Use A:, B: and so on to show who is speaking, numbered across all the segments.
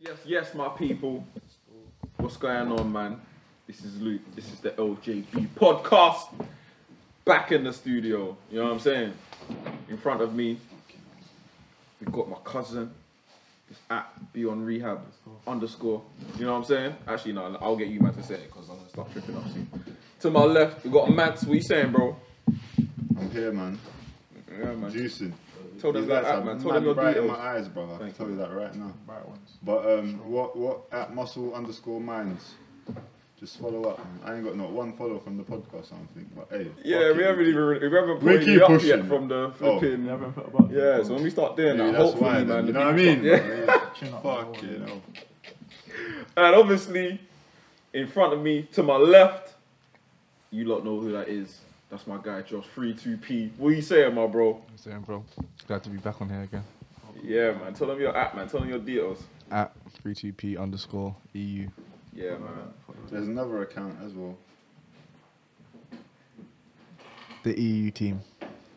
A: Yes, yes, my people. What's going on, man? This is Luke. This is the LJB podcast. Back in the studio. You know what I'm saying? In front of me, we got my cousin. It's at Beyond Rehab underscore. You know what I'm saying? Actually, no, I'll get you man to say it because I'm gonna start tripping up soon. To my left, we got Max. What you saying, bro?
B: I'm here, man.
A: Yeah, man.
B: Juicing.
A: Told them
B: These
A: that,
B: lights
A: app,
B: are
A: man.
B: man
A: Told them your
B: bright in my
A: details.
B: eyes, brother. I can
A: Thank
B: tell you that right now.
C: Right ones.
B: But um, what what at muscle underscore minds? Just follow up. Man. I ain't got not one follow from the podcast. I don't think. But hey.
A: Yeah,
B: fuck
A: we
B: it.
A: haven't even we haven't
B: We
A: put
B: keep
A: you up
B: pushing. Oh.
A: yet from the flipping.
C: They haven't put about
A: Yeah, so when we start doing that,
B: Maybe that's
A: hopefully,
B: why.
A: man.
B: then,
A: the
B: You know what I
A: people
B: mean?
A: start- yeah.
C: Chin up,
B: Fuck
C: man.
B: you know.
A: And obviously, in front of me, to my left, you lot know who that is. That's my guy, Josh. Three two P. What you saying, my bro?
D: Same, bro. Glad to be back on here again.
A: Yeah, man. Tell them your app, man. Tell them your details.
D: At 32p underscore E EU.
A: Yeah, man.
B: There's another account as well.
D: The EU team.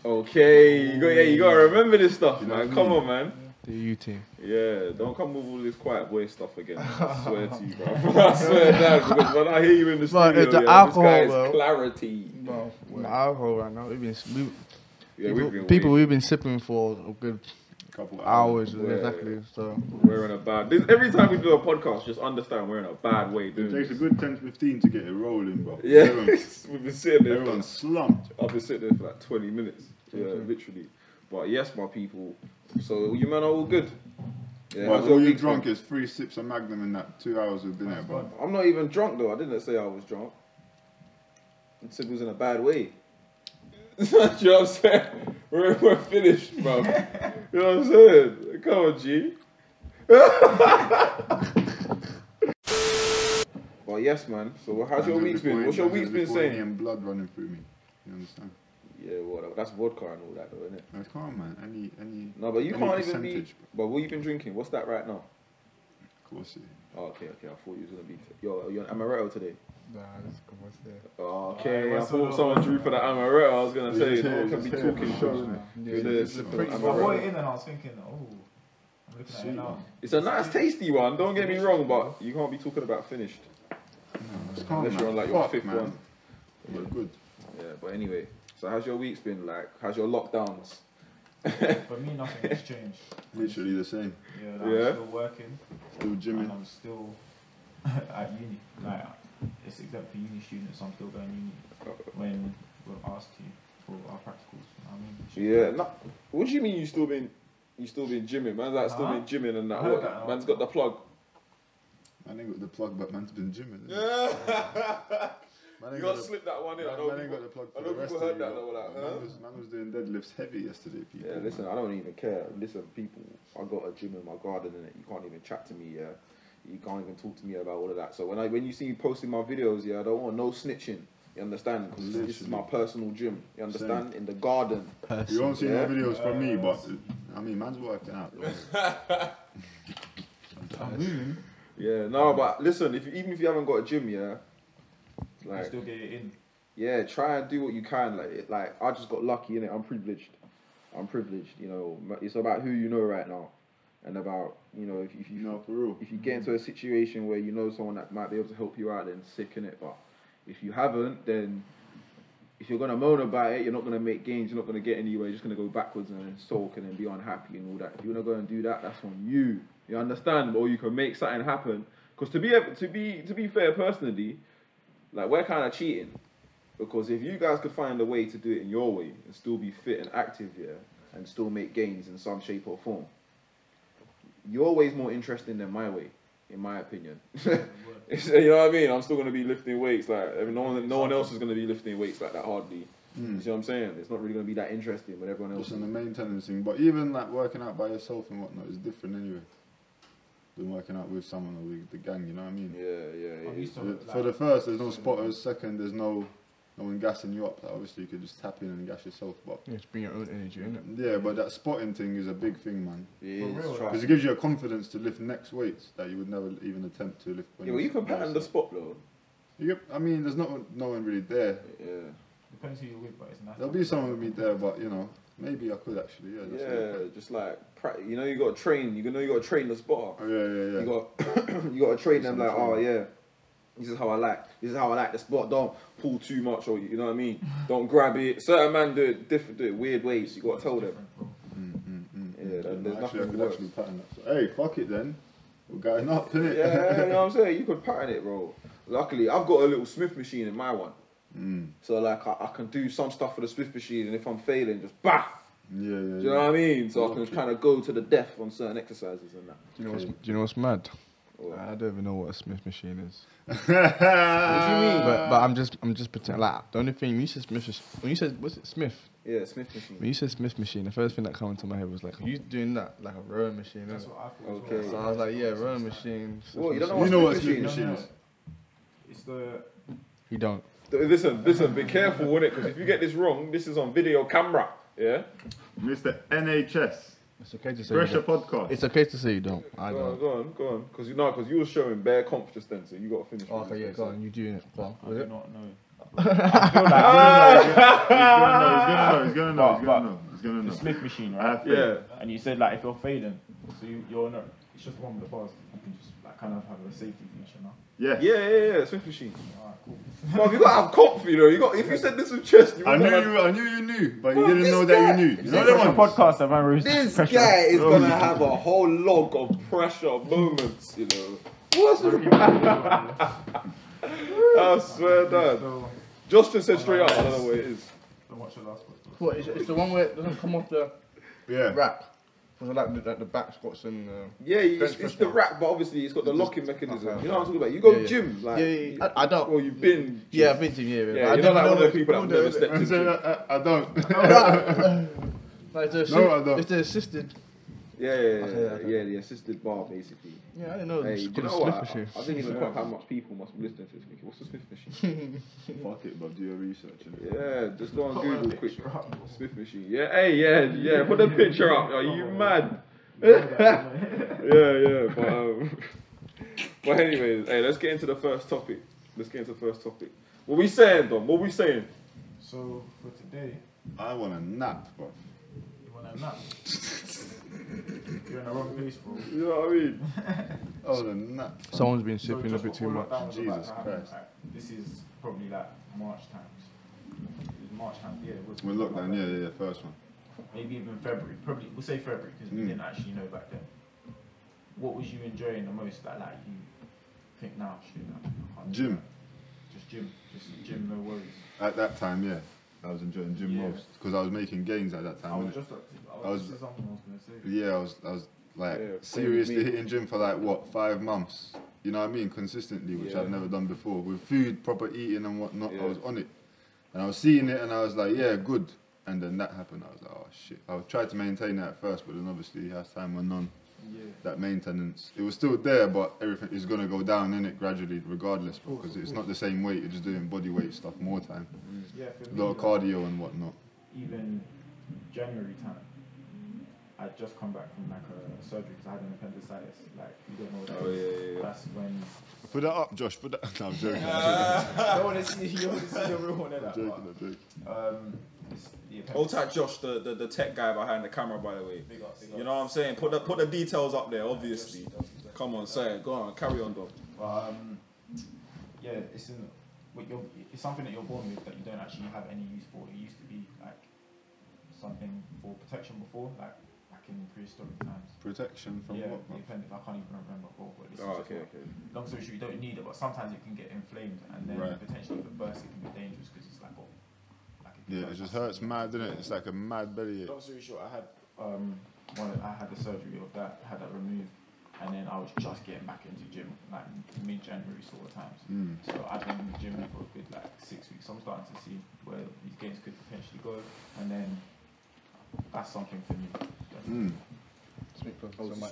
A: Okay, you got, yeah, you gotta remember this stuff,
B: You know
A: man.
B: what I
A: Come
B: mean?
A: on, man.
D: The EU team.
A: Yeah, don't come with all this quiet boy stuff again. I swear to you, bro. I swear to God, because when I hear you in the
B: uh,
D: Man,
A: studio,
D: it's the
A: yeah,
D: alcohol,
A: this guy is
D: bro.
A: clarity.
D: Bro, the alcohol right now. We've been, we,
A: Yeah,
D: people,
A: we've been
D: people
A: waiting.
D: we've been sipping for a good
B: Couple
D: hours.
A: Yeah.
D: Exactly. So
A: We're in a bad. This, every time we do a podcast, just understand we're in a bad way,
B: It
A: dude.
B: takes a good 10 to 15 to get it rolling, bro.
A: Yeah,
B: Everyone-
A: we've been sitting there.
B: Everyone's slumped.
A: I've been sitting there for like twenty minutes. Yeah, literally. But yes, my people. So you men are all good. Yeah,
B: But
A: how's your
B: all you
A: week
B: drunk
A: been?
B: is three sips of Magnum in that two hours we've been there, bro.
A: I'm not even drunk though. I didn't say I was drunk. I said it was in a bad way. you know what I'm saying? We're, we're finished, bro. you know what I'm saying? Come on, G. but yes, man. So how's your week been?
B: Sometimes before it-
A: What's your
B: sometimes
A: week been
B: before it
A: saying?
B: ain't blood running through me. You understand?
A: Yeah, well, that's vodka and all that, though, isn't it?
B: I can't, man. Any, any.
A: No, but you
B: any
A: can't even be.
B: percentage,
A: But what you been drinking? What's that right now?
B: Of course, yeah.
A: Oh, okay, okay. I thought you was gonna be. T- you're, you're an amaretto today.
D: nah, let's come on there.
A: Oh, okay,
C: Alright,
A: I
C: what's
A: thought
C: up?
A: someone drew for the amaretto. I was gonna
B: It's
A: say,
B: just
A: no
B: here,
A: one can
B: it's
A: be
B: just here,
A: talking
B: man.
A: shit.
D: Yeah,
A: With
B: it's
A: the
B: just
A: flipping
C: I
B: I'm
C: brought it
A: amaretto.
C: in and I was thinking, oh, I'm looking at
B: Sweet.
C: it now.
A: It's a nice, tasty one. Don't get me wrong, but you can't be talking about finished
B: It's calm,
A: unless
B: man.
A: you're on like your
B: Fuck,
A: fifth
B: man.
A: one.
B: We're good.
A: Yeah, but anyway. So how's your week's been like? How's your lockdowns?
C: For me, nothing has changed.
B: Literally the same.
C: Yeah, like,
A: Yeah.
C: I'm still working
B: Still
C: and
B: gymming.
C: I'm still at uni. Like, it's except for uni students, I'm still going uni when we're asked to for our practicals. You know what I mean, It's just-
A: Yeah. No, what do you mean you still been you still been gymming? Man's like still
C: Huh?
A: been gymming and that.
C: I heard
A: What?
C: that.
A: Man's got the plug.
B: Man ain't got the plug, but man's been gymming. innit? Man
A: you
B: ain't got
A: gotta
B: the-
A: slip that one in. I
B: Man
A: know
B: man ain't
A: people-
B: got the plug
A: I
B: for
A: know
B: the rest
A: people
B: of
A: heard
B: you,
A: that,
B: lot.
A: they were like, huh?
B: Man was- Man was doing deadlifts heavy yesterday, people.
A: Yeah,
B: man.
A: listen, I don't even care. Listen, people, I got a gym in my garden and you can't even chat to me, yeah. You can't even talk to me about all of that. So when I when you see me posting my videos, yeah, I don't want no snitching. You understand? Because this is my
B: Literally.
A: personal gym. You understand? In the garden.
B: You won't see
A: Yeah.
B: no videos from me, but uh, I mean, man's working out. bro.
C: I'm moving.
A: Yeah, no, but listen, if you, even if you haven't got a gym, yeah,
C: I
A: like
C: still get it in.
A: yeah, try and do what you can. Like it, like I just got lucky in it. I'm privileged. I'm privileged. You know, it's about who you know right now, and about you know if, if you
B: You know, for real.
A: if you get into a situation where you know someone that might be able to help you out, then sick in it. But if you haven't, then if you're gonna moan about it, you're not gonna make gains. You're not gonna get anywhere. You're just gonna go backwards and then sulk and then be unhappy and all that. If you wanna go and do that, that's on you. You understand? Or you can make something happen. Because to be ab- to be to be fair, personally, like we're kind of cheating. Because if you guys could find a way to do it in your way and still be fit and active, yeah, and still make gains in some shape or form, your way's more interesting than my way, in my opinion. It's- you know what I mean? I'm still gonna be lifting weights. Like I mean, no one, no one else is gonna be lifting weights like that hardly. You see what I'm saying? It's not really gonna be that interesting when everyone else.
B: Just on the maintenance thing, but even like working out by yourself and whatnot is different anyway than working out with someone or with the gang. You know what I mean?
A: Yeah, yeah,
C: I'm
A: yeah.
C: used to
B: For the,
C: like,
B: for the first, there's no spotters. Second, there's no no one gassing you up. Like, obviously, you could just tap in and gas yourself, but
D: Yeah, It's bring your own energy, innit?
B: yeah, but that spotting thing is a big thing, man.
A: Yeah,
C: For
A: it's
C: real,
A: trash.
B: Because it gives you a confidence to lift next weights that you would never even attempt to lift. when
A: Yeah, well, you
B: you're
A: can pattern the
B: yourself.
A: spot though.
B: You get, I mean, there's not no one really there.
A: Yeah.
C: depends who you're with, but it's nice.
B: There'll be someone with me there, but you know, maybe I could actually. Yeah, that's
A: Yeah, just like pra- you know, you got to train. You know, you got to train the spotter.
B: Oh, yeah, yeah, yeah.
A: You got you got to train them like,
B: Something.
A: oh yeah, this is how I like. This is how I like the sport. Don't pull too much, or you know what I mean. Don't grab it. Certain man do it different, do it weird ways. You got to tell them.
C: Different, bro.
B: Mm, mm, mm.
A: Yeah, there- there's
B: actually, I
A: nothing
B: could
A: worse.
B: actually pattern that. So, hey, fuck it then. We're going up, innit?
A: Yeah, you know what I'm saying. You could pattern it, bro. Luckily, I've got a little Smith machine in my one,
B: mm.
A: so like I, I can do some stuff with the Smith machine, and if I'm failing, just bah.
B: Yeah, yeah.
A: Do you know
B: yeah.
A: what I mean? So I can
B: Lucky.
A: kind of go to the death on certain exercises and that.
D: Do you know what's,
B: Okay.
D: do you know what's mad?
A: Or-
D: I don't even know what a Smith machine is.
A: mean?
D: But but I'm just I'm just pretending. Like the only thing when you said Smith was- when you said was it Smith
A: yeah, Smith machine.
D: when you said Smith machine the first thing that came into my head was like you doing that like a rowing machine.
C: That's
D: innit?
C: what I thought.
A: Okay.
C: as well.
D: So I was like yeah rowing machine. Smith
A: Well, you don't know
D: machine.
A: what
B: You
A: Smith
B: know what Smith
A: machine
C: No,
B: machine
C: no,
B: is?
C: It's the
D: You don't.
A: Th- Listen, listen, be careful with it, because if you get this wrong, this is on video camera. Yeah.
B: Mr. NHS.
D: It's okay to say. You
B: Pressure
D: don't.
B: podcast.
D: It's okay to say you don't. I
A: Go on,
D: don't.
A: go on, go on. Because you know, because you were showing bare conf just then, so you got to finish.
D: Oh,
A: with
D: okay,
A: this
D: yeah, go on. You doing it? Go on.
C: I
D: Was
C: do
D: it?
C: not know.
B: He's gonna know, he's gonna know, he's gonna know, he's gonna know, he's gonna know.
C: The Smith machine,
B: I
C: right?
B: have faith.
A: Yeah.
C: And you said like if you're failing, so you, you're not. It's just one with the bars. You can just like kind of have a safety feature now.
B: Yeah.
A: Yeah, yeah, yeah, Smith machine.
C: Alright, cool.
A: But you got to have conf, you know. You got if you said this with chest, you
B: I
A: would
B: knew
A: have-
B: you, I knew you knew, but
A: Bro,
B: you didn't
A: this
B: know that
A: guy-
B: you knew. You know
C: Pressure
B: that one?
C: podcast, am I right?
A: This
C: Pressure.
A: guy is
D: Oh,
A: gonna have a whole log of pressure moments, you know. What's I swear that.
C: So,
A: Justin said straight up, I don't know what it is.
C: don't watch the last podcast.
D: What? It's, it's the one where it doesn't come off the
B: Yeah.
D: rack. Was it like the, like the back squats and? Uh,
A: Yeah, it's,
D: Bench
A: it's
D: press
A: the
D: one.
A: rack, but obviously it's got the
D: Just-
A: locking mechanism.
D: okay.
A: You know what I'm talking about? You go
D: Yeah, yeah.
A: gym, like,
D: yeah, yeah, yeah. I, I don't.
A: or you've been.
D: Yeah, I've been to yeah.
A: Yeah,
D: but
A: you're
D: I
A: not like one of
D: those
A: the people that
D: do
A: never
D: it.
A: stepped
B: I,
A: in
B: said,
A: gym.
B: I, I, I don't.
D: Like the
B: No, I
D: assi-
B: don't.
D: if they're assisted.
A: Yeah, yeah, yeah,
D: Okay,
A: yeah,
D: okay.
A: yeah, the assisted bar basically.
D: Yeah, I didn't know.
A: Hey,
D: it's
A: do you
D: called a
A: know
D: Smith
A: what? I,
D: machine.
A: I didn't even clock how much people must be listening to this. Mickey. What's the Smith machine?
B: Fuck it, but do your research. innit?
A: yeah, just go on
C: Put one
A: Google quick.
C: picture up.
A: Smith machine. Yeah, hey, yeah, yeah. Put the picture up. Are
C: Oh,
A: you mad? Yeah, yeah. But, um, but anyways, hey, let's get into the first topic. Let's get into the first topic. What we saying, Dom? What we saying?
C: so for today,
B: I want a nap, bro.
C: you want a nap? You're in the wrong place, bro.
A: You know what I mean?
B: I want a nap.
D: Someone's been
C: So
D: sipping a
C: just
D: bit too
C: before
D: much.
C: lockdown was about
B: Jesus
C: to happen,
B: Christ.
C: like, this is probably like March times. It was March time, yeah. It was
B: We're locked down, yeah, yeah, yeah, first one.
C: Maybe even February. Probably we'll say February because we
B: Mm.
C: didn't actually know back then. What was you enjoying the most that like you think now? Shit, like, I can't do
B: Gym.
C: that. Just gym. Just gym. No worries.
B: At that time, yeah. I was enjoying gym
C: Yeah.
B: most because I was making gains at that
C: I
B: time.
C: was
B: innit?
C: just. up to-
B: I
C: I
B: was-
C: was. This is something I was gonna say.
B: Yeah, I was, I was like
A: Yeah,
B: seriously
A: same with me.
B: hitting gym for like what five months. You know what I mean? Consistently, which
A: Yeah.
B: I've never done before, with food, proper eating and whatnot.
A: Yeah.
B: I was on it, and I was seeing it, and I was like, yeah, good. And then that happened. I was like, oh shit. I tried to maintain that at first, but then obviously as time went on,
C: Yeah.
B: that maintenance it was still there, but everything is gonna go down in it gradually, regardless,
C: course,
B: because
C: of
B: it's
C: course.
B: not the same weight. You're just doing body weight stuff more time,
C: Yeah. For me,
B: lower
C: like,
B: cardio and whatnot.
C: even January time. I'd just come back from like a surgery because I had an appendicitis. Like you don't know what that
A: Oh,
C: is.
A: yeah, yeah, yeah.
C: That's when
B: Put that up, Josh. Put that. No, I'm joking.
C: I don't want to see you want to see the real one in
B: I'm
C: that.
B: joking. I'm joking.
C: Um, it's the
E: Hold tight, Josh, the, the, the tech guy behind the camera, by the way.
C: Big up, big up.
E: You know what I'm saying? Put the put the details up there, obviously. Come on, say it. Go on, carry on, dog.
C: But, um, yeah, it's in. What you're, it's something that you're born with that you don't actually have any use for. It used to be like something for protection before, like back in prehistoric times.
B: Protection from
C: yeah,
B: what?
C: the
B: man?
C: appendix. I can't even remember what. But it's
A: Oh,
C: just-
A: okay, okay.
C: Long story short, you don't need it, but sometimes it can get inflamed and then
B: Right.
C: potentially if it bursts, it can be dangerous because it's like, oh, like it can
B: Yeah,
C: burst
B: it just
C: out.
B: hurts mad, doesn't it? It's like a mad belly ache.
C: Long story short, I had um, one, I had the surgery of that, had that removed, and then I was just getting back into gym, like mid-January sort of times.
B: Mm.
C: So I've been in the gym for a good like six weeks. I'm starting to see where these games could potentially go, and then that's something for me.
B: Mm.
D: Speak close to the mic.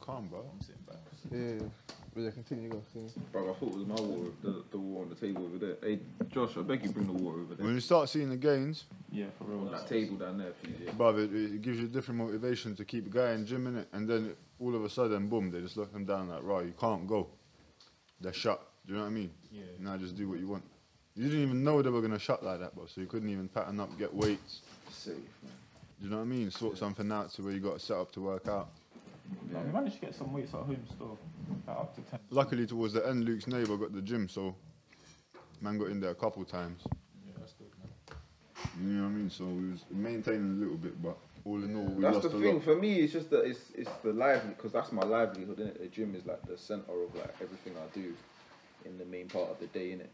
B: Calm, bro.
C: I'm sitting back.
D: Yeah, yeah, yeah. But yeah, continue. Go. Continue.
A: Bro, I thought it was my water, the, the water on the table over there. Hey, Josh, I beg you bring the water over there.
B: When you start seeing the gains,
C: Yeah, for real.
A: On that table down there, please. Yeah.
B: bruv, it, it gives you different motivation to keep going, gym in it, and then all of a sudden, boom, they just lock them down like, right, you can't go. They're shut. Do you know what I mean?
C: Yeah.
B: Now just do what you want. You didn't even know they were gonna shut like that, bro. So you couldn't even pattern up, get weights.
A: Safe, man.
B: Do you know what I mean? Sort something out to where you got a setup to work out.
C: Like, we managed to get some weights at home still, like up to ten.
B: Luckily, towards the end, Luke's neighbour got the gym, so man got in there a couple times.
F: Yeah, that's good, man.
B: You know what I mean? So we was maintaining a little bit, but all in all, we
A: that's
B: lost
A: the
B: a
A: thing
B: lot.
A: for me. It's just that it's it's the livelihood because that's my livelihood. Innit? The gym is like the center of like everything I do in the main part of the day. Innit?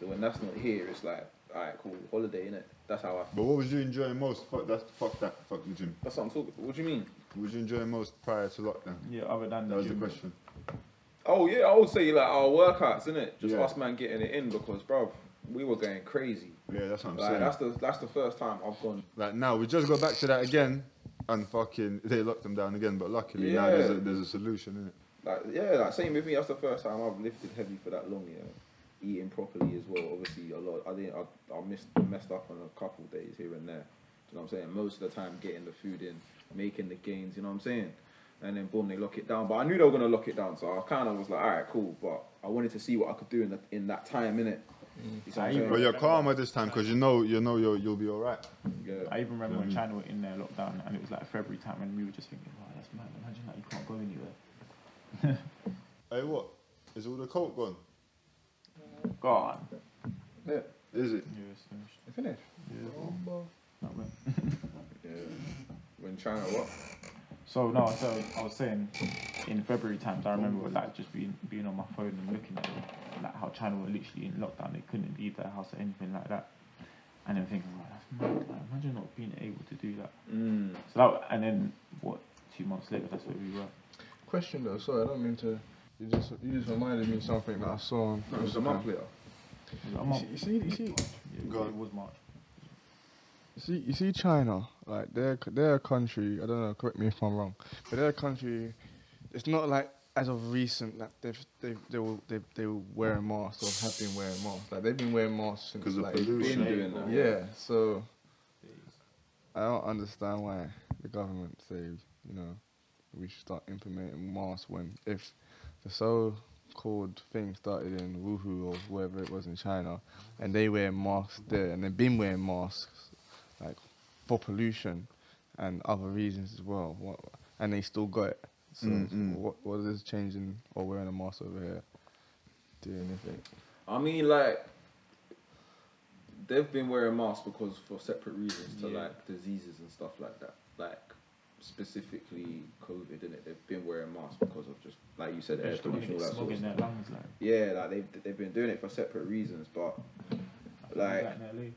A: So when that's not here, it's like alright, cool, holiday. Innit? That's how I.
B: But what was you enjoying most? Fuck that, fuck that, fuck the gym.
A: That's what I'm talking. What do you mean?
B: What was you enjoying most prior to lockdown?
C: Yeah, other than
B: That
C: the
B: was the
C: gym.
B: question.
A: Oh yeah, I would say like our workouts, innit? Just
B: Yeah.
A: us man getting it in because, bruv, we were going crazy.
B: Yeah, that's what I'm
A: Like
B: saying.
A: that's the that's the first time I've gone.
B: Like now, we just go back to that again, and fucking they locked them down again. But luckily now there's a,
A: Yeah.
B: there's a solution in it.
A: Like yeah, like same with me. That's the first time I've lifted heavy for that long. You know, eating properly as well. Obviously, a lot. I didn't. I, I missed messed up on a couple days here and there. You know what I'm saying? Most of the time, getting the food in, making the gains. You know what I'm saying? And then boom, they lock it down. But I knew they were gonna lock it down, so I kind of was like, all right, cool. But I wanted to see what I could do in that in that time, innit? You see what I'm saying?
B: But you're calmer this time because you know you know you'll you'll be all right.
A: Yeah.
C: I even remember
B: Mm.
C: when China were in their lockdown and it was like February time and we were just thinking, wow, that's mad. Imagine that you can't go anywhere.
B: Hey, what? Is all the coke gone?
C: Gone.
B: Is it?
C: Yeah, it's finished.
A: Finished. Mm.
C: That way.
A: Yeah. When China what?
C: So no, so I was saying in February times, I remember like just being being on my phone and looking at it, like how China were literally in lockdown, they couldn't leave their house or anything like that, and then thinking, wow, that's mad. Like, imagine not being able to do that.
A: Mm.
C: So that, and then what? Two months later, that's where we were.
D: Question though, sorry, I don't mean to. You just you just reminded me of something that I saw. On
A: No, it was a
D: Instagram.
A: month later.
C: It was like a
D: You
C: month.
D: see, you see, you see,
C: Yeah,
B: Go on.
C: it was March.
D: You see, you see China, like their their country. I don't know. Correct me if I'm wrong, but their country, it's not like as of recent that they've they they were they they were wearing masks or have been wearing masks. Like they've been wearing masks since
B: 'Cause of
D: like
B: pollution.
A: Been doing that.
D: yeah. So I don't understand why the government say you know we should start implementing masks when if the so-called thing started in Wuhan or wherever it was in China, and they wear masks there and they've been wearing masks like for pollution and other reasons as well, what, and they still got it. So
B: Mm, mm.
D: what what is changing or wearing a mask over here? Doing anything?
A: I mean, like, they've been wearing masks because for separate reasons to
C: Yeah.
A: like diseases and stuff like that. Like, specifically COVID, innit? They've been wearing masks because of just, like you said,
C: They
A: air
C: just don't want to
A: pollution, all
C: get
A: that sort
C: smog
A: of
C: in
A: stuff.
C: their lungs, like.
A: Yeah, like, they've, they've been doing it for separate reasons, but Like-
C: like in LA.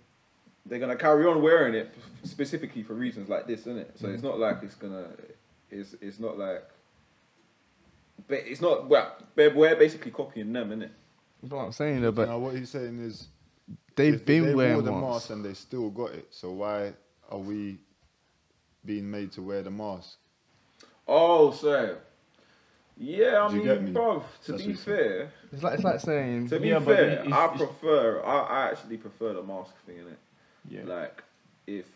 A: they're going to carry on wearing it specifically for reasons like this, innit? So it's not like it's going to, it's, it's not like, but it's not, well, we're we're basically copying them, innit?
D: That's what I'm saying though, but
B: now what he's saying is
D: they've
B: if
D: been
B: they wore
D: wearing
B: the mask
D: masks.
B: and they still got it. So why are we being made to wear the mask?
A: Oh, so. Yeah, I
B: Do you
A: mean,
B: get me?
A: bruv, to
B: That's
A: be
B: what you-
A: fair,
D: It's like it's like saying
A: to be
C: Yeah, but
A: fair,
C: it- it's-
A: I
C: it's-
A: prefer, I, I actually prefer the mask thing, innit?
C: Yeah.
A: Like, if,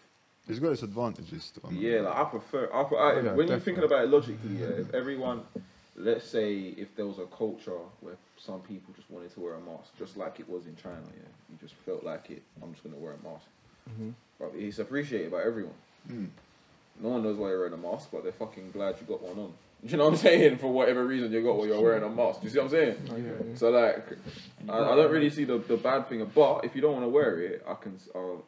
B: It's got its advantages. Still, I mean.
A: yeah, like, I prefer, I, pre- I,
D: Oh, Yeah,
A: when you're thinking
D: definitely.
A: about it logically, yeah, if everyone, let's say if there was a culture where some people just wanted to wear a mask, just like it was in China, yeah, you just felt like it, I'm just going to wear a mask.
D: Mhm.
A: But it's appreciated by everyone.
D: Hmm.
B: Mm.
A: No one knows why you're wearing a mask, but they're fucking glad you got one on. Do you know what I'm saying? For whatever reason you got what you're wearing a mask. Do you see what I'm saying?
D: Okay.
A: So like, I, I don't really see the, the bad thing. But if you don't want to wear it, I can s- I'll-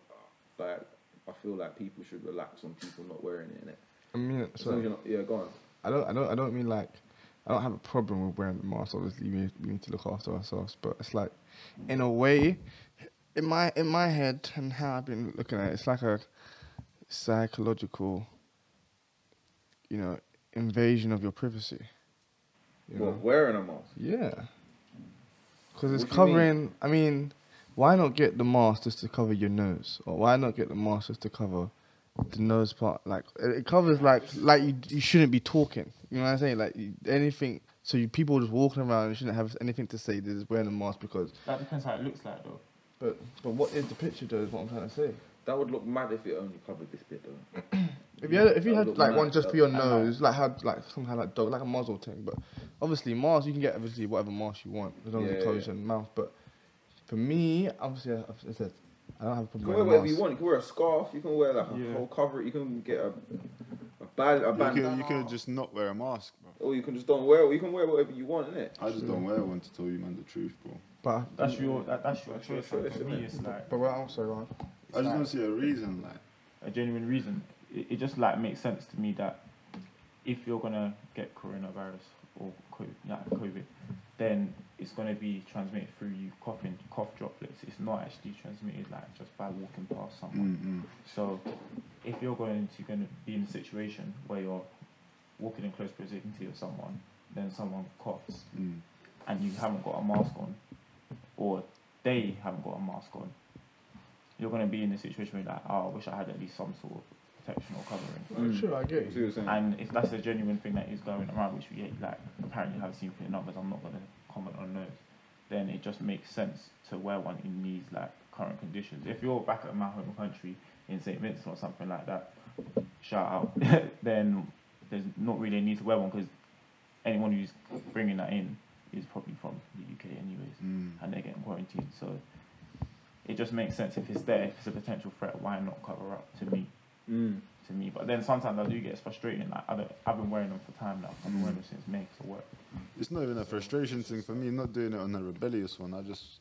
A: like I feel like people should relax on people not wearing it. Innit?
D: I mean,
A: As
D: so
A: long as you're not, yeah, go on.
D: I don't, I don't, I don't mean like, I don't have a problem with wearing the mask. Obviously, we, we need to look after ourselves, but it's like, in a way, in my in my head and how I've been looking at it, it's like a psychological, you know, invasion of your privacy. You
A: Well,
D: know?
A: wearing a mask.
D: Yeah.
A: What
D: Because it's
A: do you mean?
D: covering. I mean, why not get the mask just to cover your nose, or why not get the mask just to cover the nose part? Like it it covers like like you you shouldn't be talking. You know what I'm saying? Like you, anything. So you people just walking around and shouldn't have anything to say. They're just wearing a mask because.
C: That depends how it looks like, though.
D: But but what is the picture though? Is what I'm trying to say.
A: That would look mad if it only covered this bit though.
D: If you had, if you
A: That
D: had
A: look
D: like one
A: nice,
D: just
A: that
D: for your
A: look
D: nose, like had like some kind of like dog, like a muzzle thing, but obviously Mars you can get obviously whatever mask you want as long as
A: Yeah,
D: it covers
A: yeah.
D: your mouth. But for me, obviously I, I said I don't have a
A: You
D: problem
A: can wear
D: with
A: whatever
D: mask.
A: you want. You can wear a scarf. You can wear like a
C: Yeah.
A: whole cover. You can get a a bad, a
B: You
A: band.
B: could, you could just not wear a mask, bro.
A: or you can just don't wear it. or You can wear whatever you want, innit?
B: I just don't wear one to tell you, man, the truth, bro.
D: But
C: That's your that, that's your
A: Mm. That's your
C: choice. like,
A: choice,
C: for
A: innit?
C: me, it's like
D: but we're also wrong.
B: I just don't see a reason, like.
C: a genuine reason. It, it just like makes sense to me that if you're gonna get coronavirus or COVID, yeah, COVID, then it's gonna be transmitted through you coughing cough droplets. It's not actually transmitted like just by walking past someone.
B: Mm-mm.
C: So, if you're going to going to be in a situation where you're walking in close proximity of someone, then someone coughs
B: Mm.
C: and you haven't got a mask on, or they haven't got a mask on, you're going to be in a situation where you're like, oh, I wish I had at least some sort of protection or covering.
A: Mm.
D: Sure, I get
A: You
D: you.
A: see what I'm saying?
C: And if that's a genuine thing that is going around, which we like apparently have seen from the numbers, I'm not going to comment on those. Then it just makes sense to wear one in these like current conditions. If you're back at my home country in St Vincent or something like that, shout out. then there's not really a need to wear one because anyone who's bringing that in is probably from the UK anyways,
B: Mm.
C: and they're getting quarantined. So it just makes sense if it's there, if it's a potential threat, why not cover up? To me,
A: Mm.
C: to me. But then sometimes I do get frustrating. Like I don't, I've been wearing them for time now. I've been wearing them
A: Mm.
C: since May to work.
B: It's not even a frustration thing for me. not doing it on a rebellious one. I just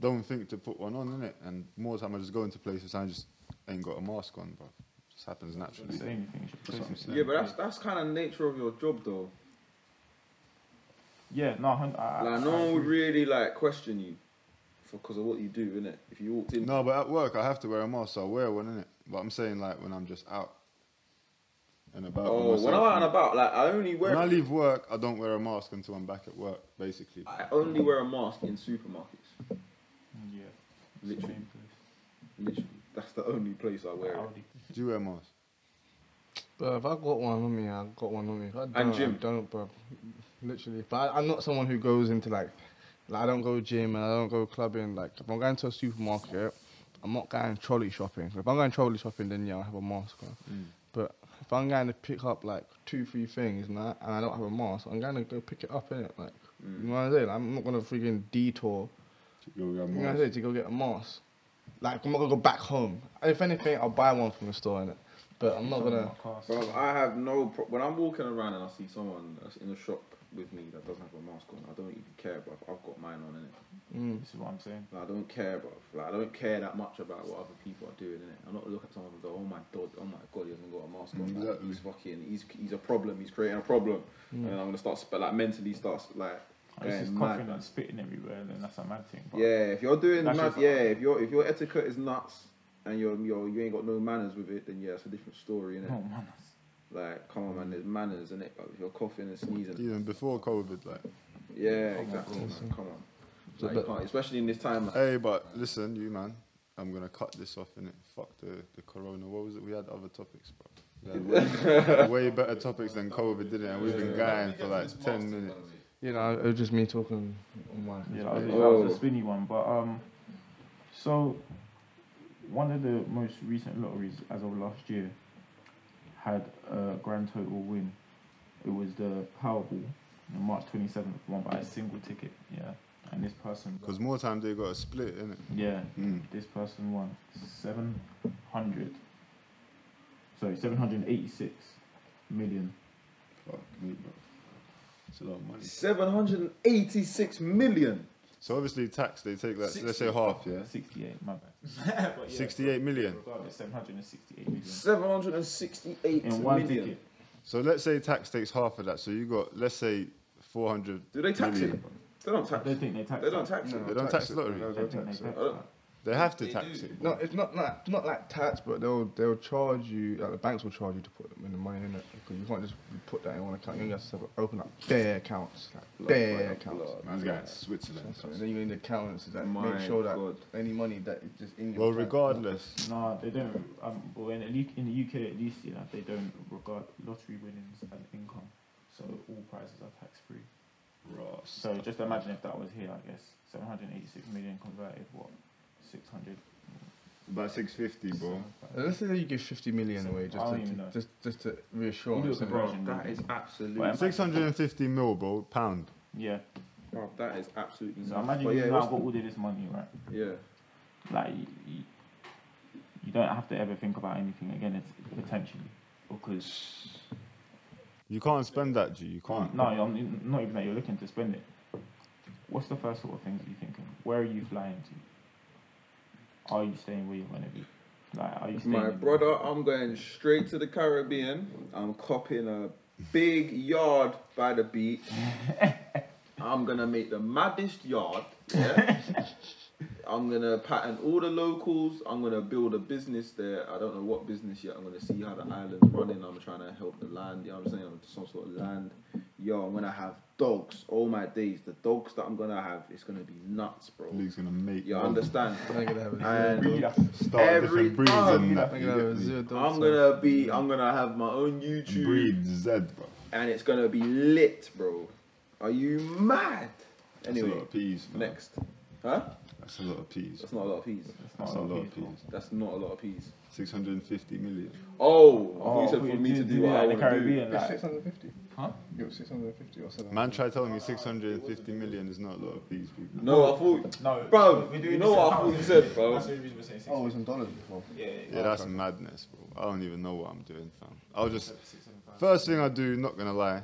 B: don't think to put one on, innit? And more time I just go into places and I just ain't got a mask on, bro. It just happens naturally.
C: It's the only thing you should
B: That's what I'm
C: focus on.
B: saying.
A: Yeah, but that's that's kind of nature of your job, though.
C: Yeah, no, I, I,
A: Like
C: I
A: no one would
C: agree.
A: really like question you for because of what you do, innit? If you walked in,
B: No, but at work I have to wear a mask, so I wear one, innit? But I'm saying like when I'm just out and about. with
A: oh, when I'm
B: myself,
A: out and
B: innit?
A: about, like I only wear
B: When I leave work, I don't wear a mask until I'm back at work, basically.
A: I only wear a mask in supermarkets.
C: Yeah,
A: Literally,
C: Same
A: literally, that's the only place I
C: place.
A: wear it.
C: Audi.
B: Do you wear a mask?
D: But if I got one on me, I got one on me. If I don't,
A: gym.
D: I don't, bro. Literally. But I, I'm not someone who goes into like, like I don't go gym and I don't go clubbing. Like if I'm going to a supermarket, I'm not going trolley shopping. If I'm going trolley shopping, then yeah, I have a mask on. But if I'm going to pick up like two, three things and I, and I don't have a mask, I'm going to go pick it up in it. Like you know what I'm saying? I'm not going to freaking detour.
B: You wear a
D: You
B: mask?
D: know what I'm saying? To go get a mask. Like I'm not gonna go back home. If anything, I'll buy one from the store innit? But I'm not gonna.
A: eh? Bro, I have no. Pro- when I'm walking around and I see someone that's in a shop with me that doesn't have a mask on, I don't even care, bro. I've got mine on, innit?
D: Mm.
C: This is what I'm saying.
A: Like, I don't care, bro. Like, I don't care that much about what other people are doing, innit? I'm not looking at someone and go, oh my god, oh my god, he hasn't got a mask on. Like,
B: Exactly.
A: he's fucking, he's he's a problem. He's creating a problem,
C: Mm.
A: and I'm gonna start sp- like mentally start sp- like.
C: I was
A: going
C: just
A: mad,
C: coughing
A: man.
C: and spitting everywhere, then that's a mad thing. But
A: Yeah, if you're doing
C: That's
A: mad,
C: just-
A: yeah, if your if your etiquette is nuts and you're, you're you ain't got no manners with it, then yeah, it's a different story, innit?
C: no oh, man, that's-
A: Like, come on, man, there's manners, innit? But if you're coughing and sneezing,
B: Even before COVID, like.
A: Yeah,
C: Come on,
A: exactly.
D: bro.
A: man, Come on.
D: So
A: Like,
D: that-
A: you can't, especially in this time. Like,
B: Hey, but listen, you man, I'm gonna cut this off innit? Fuck the, the corona. What was it? We had other topics, bro. We had way, way better topics than COVID, didn't it? And we've been going for like ten minutes.
D: You know, it was just me talking on my.
C: Yeah, that was, that
A: Oh.
C: was a spinny one. But um, so one of the most recent lotteries as of last year had a grand total win. It was the Powerball on March 27th, won by a single ticket. Yeah, and this person,
B: Because more time they got a split, innit?
C: yeah,
B: Mm.
C: this person won 700. Sorry, 786 million.
B: Fuck me, bro. It's a lot of money.
A: 786 million.
B: So obviously tax, they take that. Let's say half, yeah.
C: 68, Uh, my bad. But yeah,
B: Sixty-eight million.
C: Regardless, 768 million.
A: 768
C: In one
A: million.
C: ticket.
B: So let's say tax takes half of that. So you got let's say four hundred.
A: Do they tax it? They don't
C: I
A: tax
C: don't
A: it.
C: think they tax
A: They don't
C: that.
A: tax it.
B: They don't tax lottery.
C: I don't think they tax
A: I don't-
C: that.
B: They have to tax it.
D: No, it's not like not like tax, but they'll they'll charge you. Like the banks will charge you to put them in the money in it because you can't just put that in one account. You have to set up- open up bare accounts, like
A: Blood,
D: bare
A: blood,
D: accounts.
A: blood.
B: Man's going to Switzerland.
D: So, and then you need accountants that
A: My
D: make sure that
A: God.
D: any money that is just in your.
B: Well,
D: account-
B: regardless,
C: No, they don't. Um, well, in, the U- in the UK at least, yeah, they don't regard lottery winnings as income, so all prizes are tax free. So just imagine if that was here, I guess. 786 million converted, what? 600.
B: about six fifty, bro.
D: Let's say that you give 50 million away
C: I
D: just
C: don't
D: to,
C: even know.
D: just just to reassure.
C: You do a
D: us that-
C: comparison.
A: That is absolutely.
C: But
B: Six hundred and fifty mil, bro, pound.
C: Yeah.
A: bro, that is absolutely.
C: So
A: nuts.
C: imagine
A: Mm. But
C: you've
A: yeah,
C: now
A: what's
C: got all of this money, right?
A: the- yeah.
C: Like, you, you, you don't have to ever think about anything again, it's potentially. because
B: You can't spend that, G. You can't.
C: no, I'm not even that you're looking to spend it. What's the first sort of things you thinking? Where are you flying to? Are you staying where you're gonna be? Like, are you staying?
A: My
C: in-
A: brother, I'm going straight to the Caribbean. I'm copping a big yard by the beach. I'm gonna make the maddest yard. Yeah. I'm gonna pattern all the locals. I'm gonna build a business there. I don't know what business yet. I'm gonna see how the island's running. I'm trying to help the land. You know what I'm saying? I'm some sort of land. Yo, I'm gonna have dogs all my days. The dogs that I'm gonna have, it's gonna be nuts, bro.
B: Luke's gonna make.
A: You
B: one.
A: understand?
D: They're gonna have a
A: And
C: Breed up.
B: Start
A: Every
B: different breeds
A: time.
B: and that.
D: they're
B: you
D: gonna have a
B: get me?
D: zero dog
A: I'm
D: side.
A: gonna be. I'm gonna have my own YouTube,
B: Breed Z, bro.
A: and it's gonna be lit, bro. Are you mad?
B: That's a
A: Anyway,
B: lot of peas. fam.
A: next, huh?
B: That's a lot of peas.
A: That's not a lot of peas.
B: That's a
C: Oh,
B: lot of peas.
A: That's not a lot of peas.
B: Six hundred and fifty million.
A: Oh,
C: Oh,
A: you said
C: we
A: for me to
C: do- do
A: do what
C: that
A: I
C: in the
A: want to do.
C: Caribbean,
D: It's
C: like,
D: 650.
C: huh?
D: You're 650 or something.
B: Man, try telling me six hundred and fifty million is not a lot of peas, people.
A: No, I thought,
C: No,
A: Bro,
C: we're doing
A: you
C: this
A: know
C: in
A: what I
C: pounds,
A: thought you
C: isn't
A: said,
C: it?
A: bro.
C: That's the only reason we're saying six.
D: Oh, it was in dollars before.
C: yeah,
B: Yeah, that's madness, bro. I don't even know what I'm doing, fam. I'll just First thing I do, not gonna lie,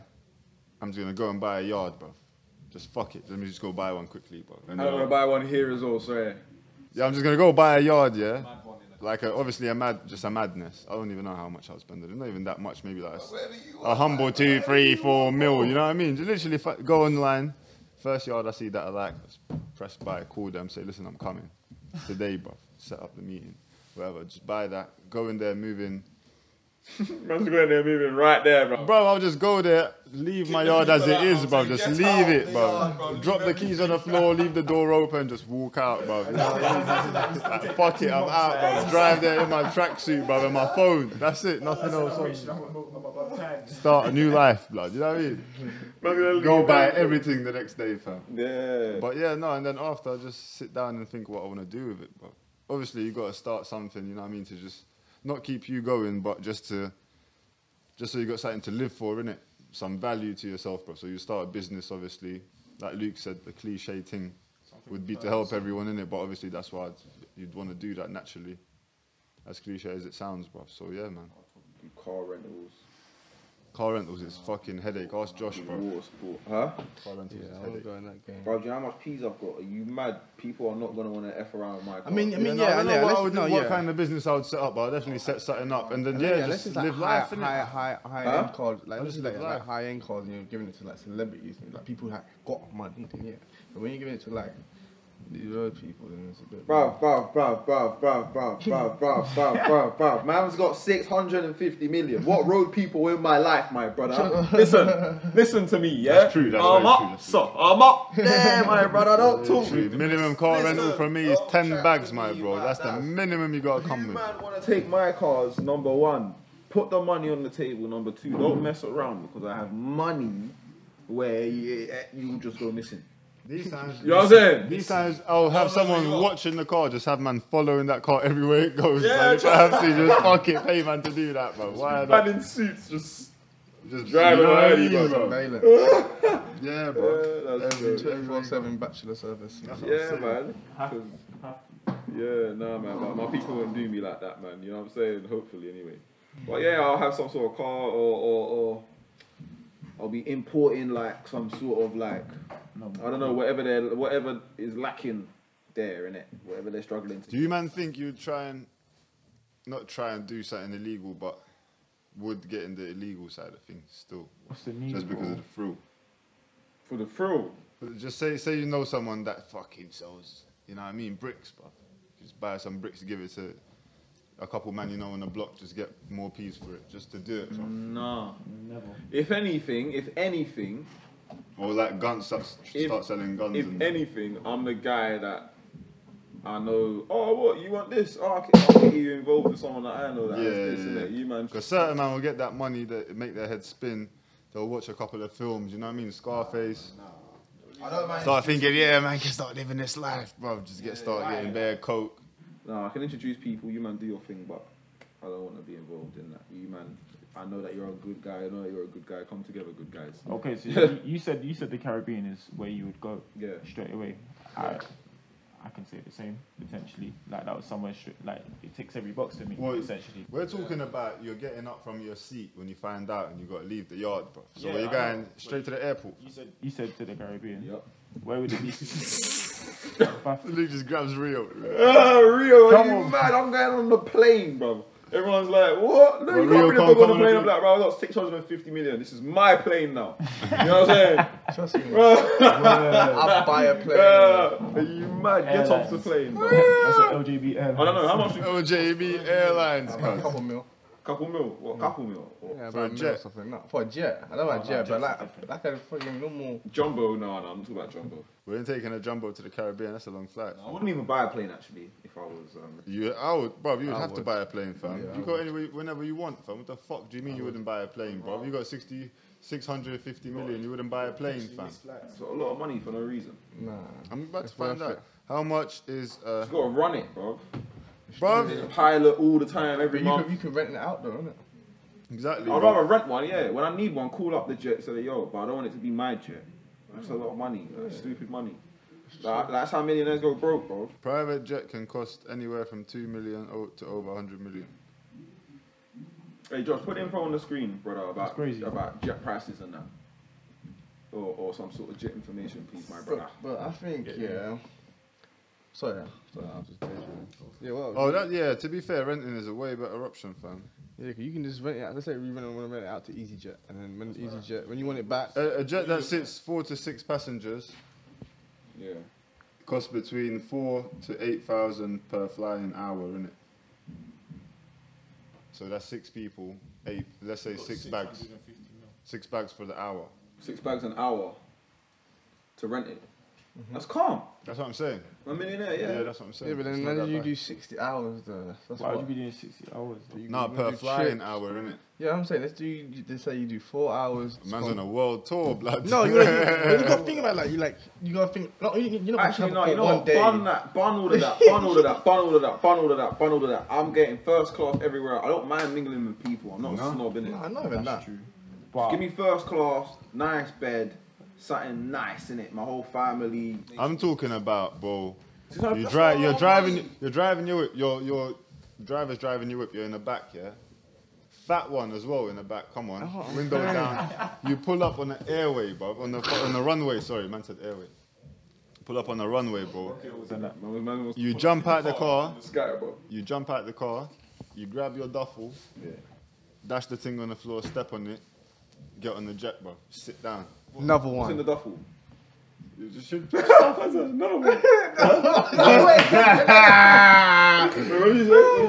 B: I'm just gonna go and buy a yard, bro. Just fuck it. Let me just go buy one quickly, bro. And
A: I'm
B: then
A: gonna
B: I'll-
A: buy one here as well. Sorry.
B: yeah, I'm just gonna go buy a yard, yeah. Like a, obviously a mad, just a madness. I don't even know how much I'll spend. It's not even that much. Maybe like a, s- a humble two, three, four mil. You know what I mean? Just literally f- go online. First yard I see that I like, just press buy, call them, say, listen, I'm coming today, bro. Set up the meeting, whatever. Just buy that. Go in there, move in.
A: Man's going there, moving right there, bro.
B: Bro, I'll just go there, leave my
E: the
B: yard
E: people
B: as it
E: out,
B: is,
E: I'm
B: bro.
E: saying,
B: Just
E: get
B: leave
E: out
B: it,
E: the
B: bro.
E: yard, bro. Leave
B: Drop the keys on the floor, leave the door open, just walk out, bro. You know what I mean? Like, fuck it, I'm out, bro. Just drive there in my tracksuit, bro, and my phone. That's it, nothing else. on. Start a new life, blood. You know what I mean? Go buy everything the next day, fam.
A: Yeah.
B: But yeah, no, and then after I just sit down and think what I want to do with it. But obviously, you got to start something. You know what I mean? To just not keep you going, but just to just so you got something to live for, innit? Some value to yourself, bro. So you start a business, obviously. Like Luke said, the cliche thing would be to help everyone in it, but obviously that's why you'd want to do that naturally, as cliche as it sounds, bro. So yeah, man.
A: Do Car rentals,
B: Car rentals is fucking headache. Ask Josh,
A: do
B: bro.
A: water sport, huh?
B: Car rentals
D: Yeah,
B: is
D: I won't
B: headache.
D: go in that game.
A: Bro, do you know how much peas I've got? Are you mad? People are not gonna want to f around with my car.
D: I mean, I mean,
B: no,
D: yeah,
B: I don't know
D: yeah,
B: what,
D: let's-
B: I would do,
D: no,
B: what
D: yeah.
B: kind of business I would set up, but I'll definitely set something up and then,
D: And
B: yeah,
D: then,
B: just
D: let's
B: live
D: high,
B: life, innit?
D: high, high, high
A: Huh?
D: end cards. Like,
B: I'll
D: just
B: just
D: like,
B: live
D: like
B: life.
D: high end cards, and you're giving it to like celebrities, and, like people that got money. Then, yeah, but when you're giving it to like the road people, then it's a bit.
A: Bruv, bruv, bruv, bruv, bruv, bruv, bruv, bruv, bruv, bruv, bruv. Man's got 650 million. What road people in my life, my brother? Listen, listen to me, yeah?
B: That's true, that's
A: I'm
B: very
A: up,
B: true, that's true.
A: so I'm up there, my brother. Don't talk to
B: True.
A: me.
B: Minimum car
A: Listen,
B: rental for me is
A: don't
B: 10
A: chat
B: bags,
A: to
B: my
A: me
B: bro.
A: about
B: That's the
A: that.
B: minimum you gotta
A: You
B: come with.
A: man want to take my cars, number one. Put the money on the table, number two. Don't mess around because I have money where you, you just go missing.
B: These times,
A: You know what I'm saying?
B: these times I'll have someone
E: you are.
B: watching the car, just have man following that car everywhere it goes.
A: Yeah,
B: man. If I have to, just fuck it, pay man to do that, bro. Why not?
A: Man in suits just.
B: Just
A: drive
B: you know what I
A: around,
B: mean,
A: bro.
B: bro.
D: Baylor,
B: Yeah, bro.
A: that's
D: every
A: true.
D: 24 7 bachelor service.
A: Yeah, man.
C: Have-
A: 'Cause- Yeah, nah, man. But my people wouldn't do me like that, man. You know what I'm saying? Hopefully, anyway. But yeah, I'll have some sort of car, or or, or I'll be importing like some sort of like
C: No,
A: I don't know whatever they are whatever is lacking there in it, whatever they're struggling to.
B: Do you man think you'd try and not try and do something illegal, but would get in the illegal side of things still,
C: What's the need?
B: just because
C: bro?
B: of the thrill?
A: for the thrill.
B: But Just say say you know someone that fucking sells, you know what I mean, bricks, bro. Just buy some bricks, give it to a couple man you know on the block, just get more peas for it, just to do it. bro.
A: Nah.
C: Never.
A: If anything, if anything,
B: Or like guns, start,
A: If-
B: start selling guns.
A: if
B: and
A: anything, I'm the guy that I know. Oh, what you want this? Oh, I can, I'll get you involved with someone that I know that
B: Yeah,
A: has this
B: yeah,
A: and that.
B: yeah.
A: You man,
B: Because certain man will get that money that make their head spin. They'll watch a couple of films, you know what I mean? Scarface.
D: I don't mind.
B: Start thinking, yeah, man, can start living this life, bro. Just get start getting bare coke.
A: No, I can introduce people. You man, do your thing, but I don't want to be involved in that. You man, I know that you're a good guy. I know that you're a good guy. Come together, good guys.
C: Okay, so you, you said you said the Caribbean is where you would go
A: Yeah.
C: straight away. I, I can say the same potentially. Like that was somewhere stri- like it ticks every box for me
B: Well,
C: essentially.
B: We're talking about you're getting up from your seat when you find out and you got to leave the yard, bro. So
C: Yeah,
B: are you
C: I
B: going
C: know.
B: straight to the airport?
C: You said you said to the Caribbean.
G: Yep.
C: Where would it be? Bath-
B: Luke just grabs Rio.
A: Ah, Rio, are
G: Come
A: you
G: on.
A: mad? I'm going on the plane, bro. Everyone's like, what? No,
B: Well,
A: you can't
B: Rio
A: bring a
B: can't
A: dog on
B: come
A: the
B: on
A: plane.
B: the
A: I'm like, bro, I got 650 million. This is my plane now. You know what I'm saying?
D: Trust me.
G: I'll buy a plane.
A: Ah, are you mad? Get off the
C: Airlines.
A: plane, bro.
C: That's an LGB
B: Oh,
A: I don't know, how much? A
B: LJB Airlines,
D: a
B: cuz.
D: couple mil.
A: couple mil? What,
B: Mm.
A: couple mil? Or
D: Yeah,
B: For a
D: about a mil or
B: jet. Oh,
D: something. No, for a jet. I know about jet, but like, like a fucking normal.
A: Jumbo? No, no, I'm talking about jumbo.
B: We ain't taking a jumbo to the Caribbean. That's a long flight.
G: I wouldn't even buy a plane actually if I was. Um,
B: You, I would, bro. You would
D: I
B: have to
D: would.
B: buy a plane, fam.
D: Yeah, I
B: you go anywhere, whenever you want, fam. What the fuck do you mean you wouldn't buy a plane, bro? You got 60, 650 million. You wouldn't buy a plane, fam.
A: So a lot of money for no reason.
D: Nah.
B: I'm about to
D: It's
B: find
D: worth
B: out how much is, uh,
A: You gotta run it, bro.
B: bro.
A: Pilot all the time,
D: But
A: every
D: you
A: month.
D: can, you can rent it out though, innit?
B: Exactly.
A: I'd
B: bro.
A: rather rent one, yeah. When I need one, call up the jet, say, yo, but I don't want it to be my jet. That's a lot of money, like, stupid money. Like, that's how millionaires go broke, bro.
B: Private jet can cost anywhere from two million o- to over hundred million.
A: Hey, Josh, put the info on the screen, brother, about
C: crazy.
A: about jet prices and that. Or, or some sort of jet information, please, my brother.
D: But, but I think, yeah. Sorry, sorry, I was just daydreaming. Yeah, well,
B: Oh, that yeah. To be fair, renting is a way better option, fam.
D: yeah, 'cause you can just rent it out. Let's say we rent, want to rent it out to EasyJet, and then when EasyJet, when you want it back,
B: A, a jet that sits four to six passengers
A: Yeah.
B: costs between four to eight thousand per flying hour, innit? So that's six people, eight. Let's say six bags, six bags for the hour.
A: Six bags an hour to rent it. That's calm.
B: That's what I'm saying.
A: I'm a millionaire,
B: Yeah,
A: yeah.
B: that's what I'm saying.
D: Mm-hmm. yeah, but
B: It's
D: then
B: not
D: imagine
B: that
D: you
B: bad.
D: do 60 hours though. That's
C: Why would you
D: what.
C: be doing sixty hours? though?
D: you-
B: Nah,
D: you
B: per
D: do
B: flying
D: trips.
B: hour, innit?
D: Yeah, I'm saying let's do. you- Let's say you do four hours.
B: Man's on a world tour, blood.
D: No, you gotta, but you gotta think about it, like you like you gotta think. No, you, you're not
A: Actually, no,
D: gonna
A: you know
D: travel for one
A: what?
D: day.
A: Bun that, bun all of that, bun all of that, bun all of that, bun all of that, bun all of that. I'm getting first class everywhere. I don't mind mingling with people. I'm not
B: No.
A: a snob in it.
D: Nah, not even that.
C: That's true. But
A: Give me first class, nice bed, something nice in it. My whole family.
B: I'm talking about, bro.
A: not-
B: You
A: that's
B: drive. You're driving. You're driving your whip. Your your driver's driving your whip. You're in the back, yeah. Fat one as well in the back. Come on,
D: Oh,
B: windows down. You pull up on the airway, bro. On the on the runway. Sorry, man said airway. Pull up on the runway, bro.
A: Man was- man was-
B: You jump out the car.
A: Sky, bro.
B: You jump out the car. You grab your duffel. Dash the thing on the floor. Step on it. Get on the jet, bro. Sit down.
D: Another
A: What's in the
D: one.
A: duffel?
B: You just should.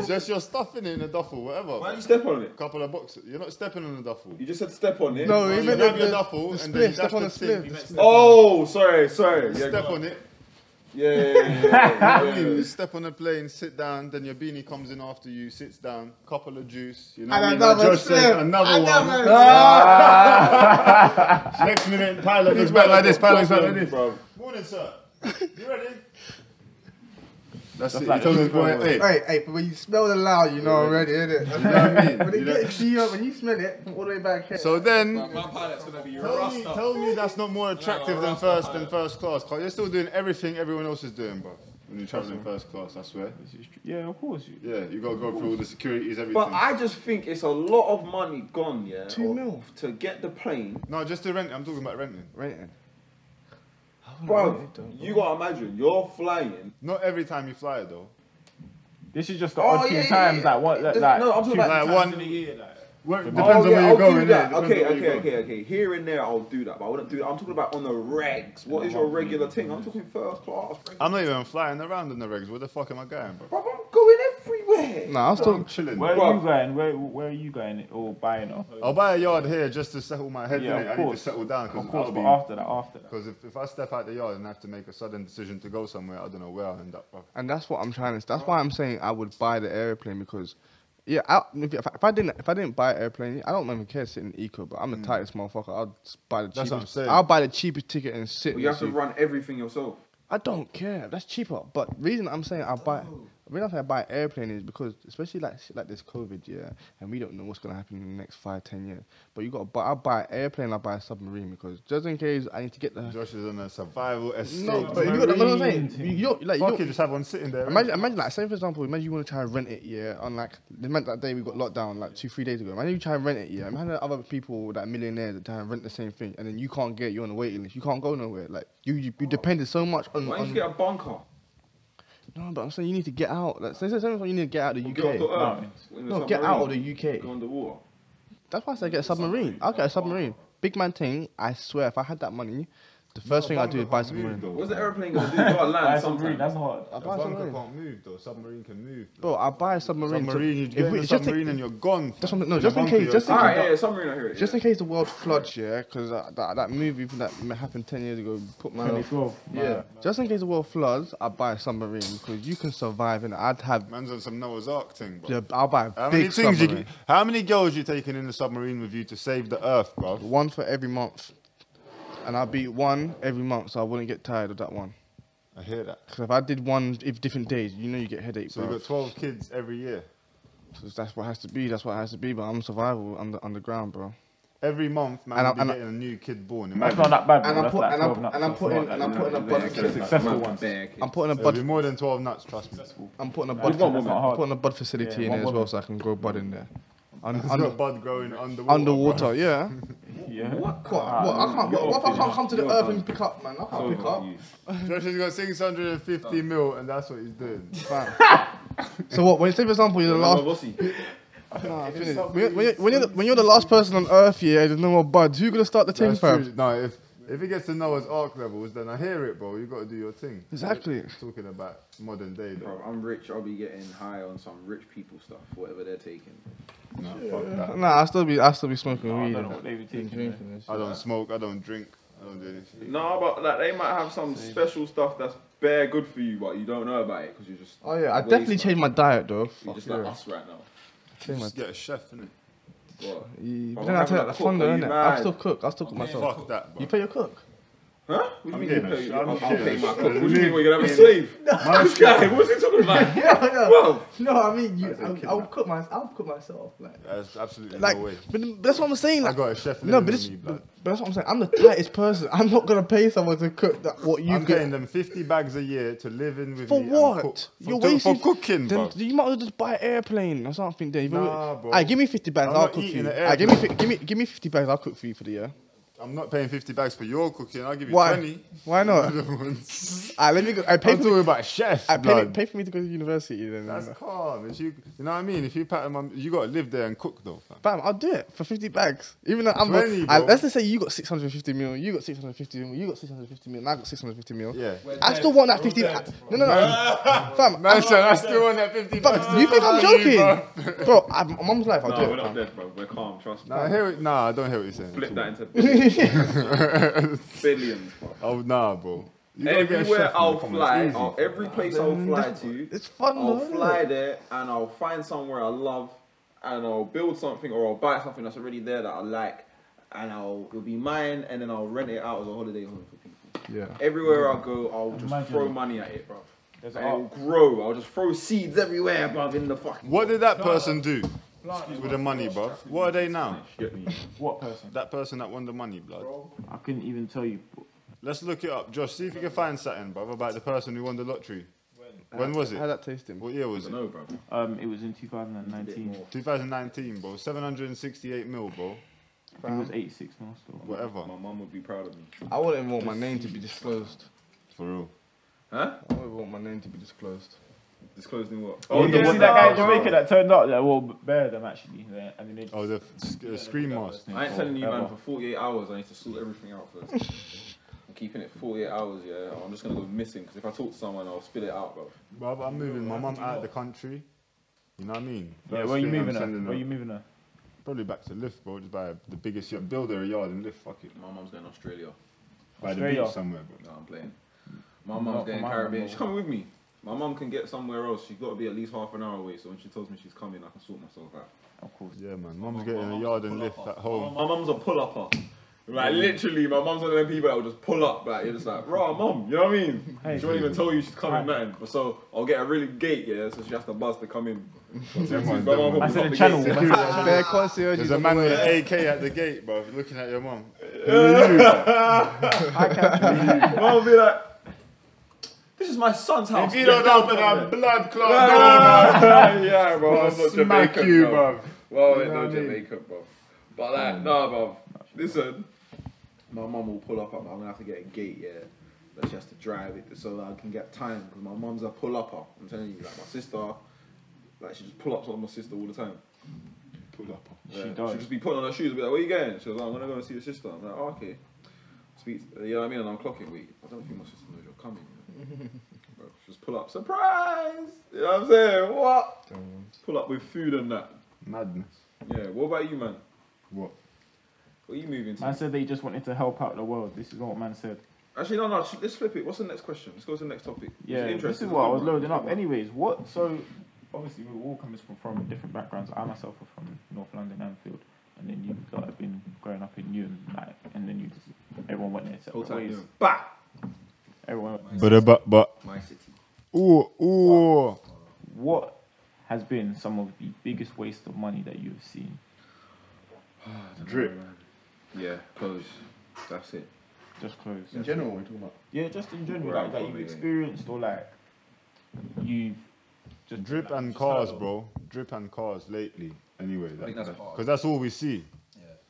B: Just your stuff in it in a duffel, whatever.
A: Why don't you step on it?
B: couple of boxes. You're not stepping on the duffel.
A: You just said step on it.
D: No,
B: You
D: even
B: grab
D: the,
B: your
D: the,
B: duffel
D: the
B: and then
D: spliff,
B: you
D: step
B: dash
D: on
B: the
D: the
B: thing.
D: spliff.
A: Oh, sorry, sorry. Yeah,
B: step
A: go
B: on it.
A: Yeah, yeah, yeah, yeah, yeah,
B: You
A: yeah.
B: step on the plane, sit down. Then your beanie comes in after you, sits down. Couple of juice. You know
D: And
B: what I mean?
D: another
B: Like Josh said,
D: sip.
B: another one. Next minute, pilot looks back like this. Pilot looks back like this.
A: Bro.
B: Morning, sir. You ready? That's, it.
C: like
B: he tells
C: the
B: his boy, hey,
D: Hey, hey, but when you smell the lao, you know already, innit? You know what I mean? When
B: You
D: it
B: know-
D: gets to you, when you smell it, from all the way back here.
B: So then,
H: My pilot's gonna be
B: Tell me,
H: Rasta.
B: tell me that's not more attractive than
H: Rasta
B: first than
H: pilot.
B: first class. Cause you're still doing everything everyone else is doing, bro. When you're traveling first class, I swear.
C: This is true. yeah, of course. You,
B: Yeah, you gotta go through all the securities, everything.
A: But I just think it's a lot of money gone, yeah.
D: Two
A: or-
D: mil.
A: To get the plane.
B: no, just to rent. I'm talking about renting.
D: Rating. I wouldn't rate
A: Bro,
D: it, though.
A: you gotta imagine, you're flying.
B: Not every time you fly though.
C: this is
D: Oh,
C: just the odd few times like what like,
A: There's-
C: like
A: no, I'm talking
C: two-
A: about
B: Like
H: In a
B: one.
H: year, like.
B: Well, depends
A: oh,
B: on
A: yeah,
B: where
A: I'll
B: you're going.
A: do that.
B: innit? Depends
A: Okay,
B: on where you're
A: okay,
B: going.
A: okay, okay. Here and there, I'll do that, but I wouldn't do that. I'm talking about on the regs. What is your regular thing? I'm talking first class.
B: I'm not even flying around in the regs. Where the fuck am I going, bro?
A: Bro, I'm going everywhere.
D: Nah, I was
B: I'm
D: talking.
B: chilling.
C: Where are
A: Well-
C: you going? Where where are you going or buying off?
B: I'll buy a yard here just to settle my head. innit?
C: Yeah, of
B: I need to
C: course.
B: settle down
C: Of
B: because
C: course,
B: I'll
C: but
B: be.
C: after that, after that.
B: Because if, if I step out the yard and have to make a sudden decision to go somewhere, I don't know where I'll end up, bro.
D: And that's what I'm trying to. That's why I'm saying I would buy the airplane because, yeah, I, if, if I- if I didn't if I didn't buy an airplane, I don't even care sitting eco. But I'm the tightest motherfucker. I'll just buy the cheapest.
B: That's what I'm saying.
D: I'll buy the cheapest ticket and
A: But
D: sit. in
A: you
D: the
A: have to
D: seat.
A: run everything yourself.
D: I don't care. That's cheaper. But reason I'm saying I buy reason I'm buying an airplane is because, especially like shit like this COVID, yeah, and we don't know what's gonna happen in the next five, ten years. But you got to buy. I buy an airplane. I buy a submarine because just in case I need to get the.
B: Josh is on a survival escape.
D: No, but you got the. What I'm saying,
C: Submarine.
D: you you're- like
B: Fuck
D: you're-
B: it, just have one sitting there.
D: Imagine, imagine, like, say for example, imagine you want to try and rent it, yeah, on like, imagine that day we got locked down, like two, three days ago. Imagine you try and rent it, yeah. Imagine the other people, that millionaires, that try and rent the same thing, and then you can't get, it, you're on the waiting list, you can't go nowhere. Like, you you, you depended so much
B: Mm,
A: Why
D: on.
A: don't you
D: on
A: just get a bunker?
D: no, but I'm saying you need to get out. Like, say, say, say, you need to get out of the
A: Or Get off the
D: UK.
A: earth. In the
D: No, get out of
A: submarine.
D: the UK.
A: Go underwater.
D: That's why I said get a submarine. I'll get a submarine. Big man thing, I swear, if I had that money, the first thing I'd do is buy a submarine.
A: What's the airplane gonna do? You gotta
C: Buy
A: land
C: some breed,
A: sometime.
C: that's hard.
D: I'd
B: The
D: buy a
B: bunker
D: submarine.
B: can't move though. Submarine can move.
D: Bro, I'll buy a submarine. to-
B: submarine, you
D: if
B: get in
D: we-
B: the
D: just think-
B: submarine and you're gone.
D: That's
B: fam.
D: what I'm- no,
B: In
D: just
B: the
D: in
B: bunker,
D: case-
B: you're
D: just in
B: gone.
D: case-
A: Alright, yeah, yeah, submarine. I hear it.
D: Just
A: yeah.
D: in case the world floods, yeah, because that, that, that movie that happened 10 years ago put my.
C: 2012.
D: Yeah. Just in case the world floods, I'll buy a submarine because you can survive and I'd have.
B: Man's on some Noah's Ark thing, bro.
D: Yeah, I'll buy a
B: How many
D: big
B: things? You,
D: submarine.
B: g- how many girls you taking in the submarine with you to save the Earth, bro?
D: One for every month. And I'll beat one every month so I wouldn't get tired of that one.
B: I hear that.
D: Because if I did one if different days, you know you get headaches.
B: So you got 12 kids every year.
D: that's what it has to be. That's what it has to be. But I'm survival. I'm the underground, bro.
B: Every month, man,
D: And I-
B: will be
D: and I-
B: getting a new kid born.
C: That's
B: Imagine.
C: not that bad,
D: And
C: bro.
D: I'm
C: That's
D: put-
C: like
D: and I'm-
C: 12 nuts.
D: and I'm
C: so it's
D: putting-
C: not
D: and I'm
C: like-
D: putting a
C: Yeah,
D: budget-
C: it's
D: Successful
C: Successful
A: Man,
C: ones.
A: bare kid.
D: I'm putting a
B: There'll
D: bud.
B: be more than 12 nuts, trust me.
D: I'm putting a
C: Like,
D: bud.
C: that's not
D: I'm
C: hard.
D: putting a bud facility
C: Yeah,
D: in
C: one
D: there as well
C: woman.
D: so I can grow bud in there. Un-
B: There's
D: under-
B: no bud growing underwater.
D: underwater, yeah.
C: Yeah.
D: What? what? I can't. What, what if I can't come to the earth and pick up, man? I can't pick up.
B: bro. Josh has got 650 mil, and that's what he's doing.
D: Fam. so what? When you say, for example, you're the last.
A: Rossi.
D: Nah, I feel it. when, when, you're, when, you're the, when you're the last person on Earth, yeah, there's no more buds. Who's gonna start the team,
B: That's
D: fam?
B: true. No, if if it gets to Noah's Ark levels, then I hear it, bro. You got to do your thing.
D: Exactly.
B: Talking about modern day, though.
A: Bro, I'm rich. I'll be getting high on some rich people stuff, whatever they're taking.
B: No, fuck that.
D: Nah, I still be, I still be smoking
C: No, I
D: weed.
C: don't know what they were
D: and
C: taking. man.
D: drinking and shit.
B: I don't smoke. I don't drink. I don't do anything.
A: No, but like they might have some special stuff that's bare good for you, but you don't know about it because you're just.
D: Oh yeah, I
A: waste,
D: definitely
A: man.
D: changed my diet though.
A: You're
D: Fuck
A: just
D: yeah.
A: like us right now.
D: Changed my
B: Just get a chef, innit?
A: What?
D: You-
A: But what
D: But then I tell
A: happened
D: you, that's
A: at the cook?
D: fun though,
A: Are you
D: innit? I
A: mad?
D: still cook. I still cook myself.
B: Fuck that, bro.
D: You pay your cook?
A: Huh? What do you mean?
B: getting
A: you
B: a
A: pay-
B: sh-
A: I'll
B: I'm
A: I'll
B: getting
A: pay
B: a
A: my
B: sh-
A: cook. What do you mean? We're gonna have a slave? This guy. What's he talking about? Bro,
D: No, I mean, you,
B: I'll
D: I,
B: cook
D: I would
B: that.
D: cook my, I would cook myself. Like,
B: That's absolutely
D: like,
B: no way.
D: but that's what I'm saying.
B: I
D: Like,
B: got a chef.
D: No,
B: living
D: but,
B: with
D: it's,
B: me, blood.
D: but that's what I'm saying. I'm the tightest person. I'm not gonna pay someone to cook that, what you
B: I'm
D: cook.
B: getting them 50 bags a year to live in with
D: For
B: me. and
D: what?
B: cook. For,
D: You're
B: do-
D: wasting.
B: for cooking,
D: then
B: bro.
D: You might as well just buy an airplane or something. Then You've
B: Nah,
D: already-
B: bro.
D: Aight, give me fifty bags.
B: I'm
D: I'll
B: not
D: cook
B: eating
D: you.
B: an
D: Aight, give me, fi- give me, give me fifty bags. I'll cook for you for the year.
B: I'm not paying 50 bags for your cooking. I'll give you
D: Why?
B: 20.
D: Why not?
B: I'm
D: I let me go. I pay for.
B: talking
D: Me,
B: about a chef,
D: I pay,
B: blood.
D: me- pay for me to go to university. Then
B: That's calm. If you, you know what I mean? If you pattern my, you got to live there and cook, though, fam.
D: Bam, I'll do it for 50 bags. Even though I'm
B: 20,
D: I,
B: bro.
D: let's just say you got 650 mil, you got 650 mil, you got 650 mil, and I got 650 mil.
B: Yeah.
D: I still want that 50. I- no, no, no. fam,
B: Man, son, I still want that 50
D: Fam,
B: bucks. to
D: Oh, you think I'm
B: cook for you, bro.
D: joking? Bro, I, my mum's life, I'll
A: no,
D: do
A: we're
D: it.
A: not
D: fam.
A: dead, bro. We're calm. Trust me.
B: Nah, I hear it. Nah, I don't hear what you're saying.
A: Flip that
B: at
A: into billions. billions, bro.
B: all. Oh, nah, bro. You gotta get a
A: Everywhere
B: chef, man,
A: I'll
B: come on,
A: fly,
B: it's easy.
A: I'll, every place I'll fly to,
D: It's fun,
A: I'll
D: though.
A: fly
D: innit?
A: there and I'll find somewhere I love and I'll build something or I'll buy something that's already there that I like and I'll it'll be mine and then I'll rent it out as a holiday home for people.
D: Yeah.
A: Everywhere I go, I'll just
C: Imagine.
A: throw money at it, bro.
C: There's
A: And it'll
C: art.
A: grow. I'll just throw seeds everywhere, bruv, in the fucking.
B: What did that person do
C: Plant is
B: with the money, bro? What are they now?
A: Get me.
C: What person?
B: That person that won the money, blood.
C: I couldn't even tell you.
B: Let's look it up, Josh. See if you can find something, bruv, about the person who won the lottery. When was
D: How
B: it?
D: that tasting?
B: What year was it?
A: No, bro.
C: Um, it was in
A: Bit
C: 2019.
A: more.
B: 2019, bro. 768 mil, bro.
C: I think It was 86 miles still.
B: Whatever.
A: My mum would be proud of me.
D: I wouldn't want my name to be disclosed.
B: For real.
A: Huh?
D: I wouldn't want my name to be disclosed.
A: Disclosing what?
C: Oh, you
B: the
C: see
B: one
C: that guy in
B: that-
C: Jamaica that turned up? Like, well, bear them actually. Yeah, I mean, they just,
B: Oh, the f- sc- uh, screen mask.
A: I ain't telling you, man,
C: Ever.
A: for 48 hours, I need to sort everything out first. I'm keeping it 48 hours, yeah. or I'm just gonna go missing because if I talk to someone, I'll spill it out, bro.
B: Bruv, I'm moving my mum out of the country. You know what I mean?
C: yeah,
B: First
C: where you
B: thing I'm
C: moving her?
B: sending
C: Where you moving her?
B: Probably back to Liff, bro. Just buy the biggest yard. Build her a yard and Liff, fuck it.
A: My mum's going to Australia.
B: By the
C: Australia.
B: beach somewhere, bro.
A: No, I'm playing. My
C: Not
A: mum's getting
C: for my
A: Caribbean.
C: mum,
A: She's coming with me. My mum can get somewhere else. She's got to be at least half an hour away. So when she tells me she's coming, I can sort myself out.
C: Of course. Oh,
B: Yeah, man. Mum's getting a yard and Liff at home.
A: My mum's a pull-upper. Like literally, my mum's one of them people that will just pull up. Like you're just like, raw mum, you know what I mean? she won't even tell you she's coming, nothing. But so I'll get a really gate, yeah. So she has to buzz to come in. So my mum
B: ones, them
A: opens up
B: ones.
I: said the
A: gate.
I: channel.
D: Bare concierge.
B: There's a man with an AK at the gate, bro, looking at your mum.
A: Mum will be like, "This is my son's house."
B: If you don't
A: Get down
B: open
A: from
B: a
A: there."
B: blood clot door,
A: Ah, yeah, bro. I'm
B: I'll
A: not
B: smack
A: Jamaican,
B: you,
A: bro.
B: bro.
A: Well,
B: You
A: ain't
B: know
A: no
B: what I mean? Mm.
A: Jamaican, bro. But like, nah, bro. Listen,
J: my mum will pull up at my, I'm gonna have to get a gate, yeah. But she has to drive it so that I can get time because my mum's a pull upper. I'm telling you, like my sister, like she just pull ups on my sister all the time.
B: Pull up.
C: She
A: Yeah,
C: does.
A: She'll just be putting on her shoes and be like, where you going? She was like, I'm going to go and see your sister. I'm like, oh, okay. Speak, to- you know what I mean? And I'm clocking, wait, I don't think my sister knows you're coming. you know. Bro, she'll just pull up, surprise! You know what I'm saying? What? Pull up with food and that.
B: Madness.
A: Yeah, what about you, man?
B: What?
A: What are you moving to?
C: Man said they just wanted to help out the world. This is what man said.
A: Actually, no, no, sh- let's flip it. What's the next question? Let's go to the next topic. It's
C: Yeah,
A: interesting.
C: this is
A: It's a
C: what I
A: good
C: was
A: one.
C: loading up. Anyways, what? So obviously we're all coming from, from different backgrounds. I myself are from North London, Anfield, and then you lot have been growing up in Newham, like, and then you just everyone went their
A: Whole
C: separate
A: time
C: ways.
A: doing, bah!
C: Everyone.
B: But uh, but but.
A: My city.
B: Ooh ooh.
C: What has been some of the biggest waste of money that you've seen?
B: Drip.
A: Yeah, close. That's it.
C: Just close.
D: In general, we're talking about.
C: Yeah, just in general,
A: Right,
C: like that you've
A: probably, yeah.
C: experienced or like you just
B: Drip
C: like,
B: and
C: just
B: cars,
C: heard of.
B: bro. Drip and cars lately. Anyway,
A: think that's part of
B: because that's all we see.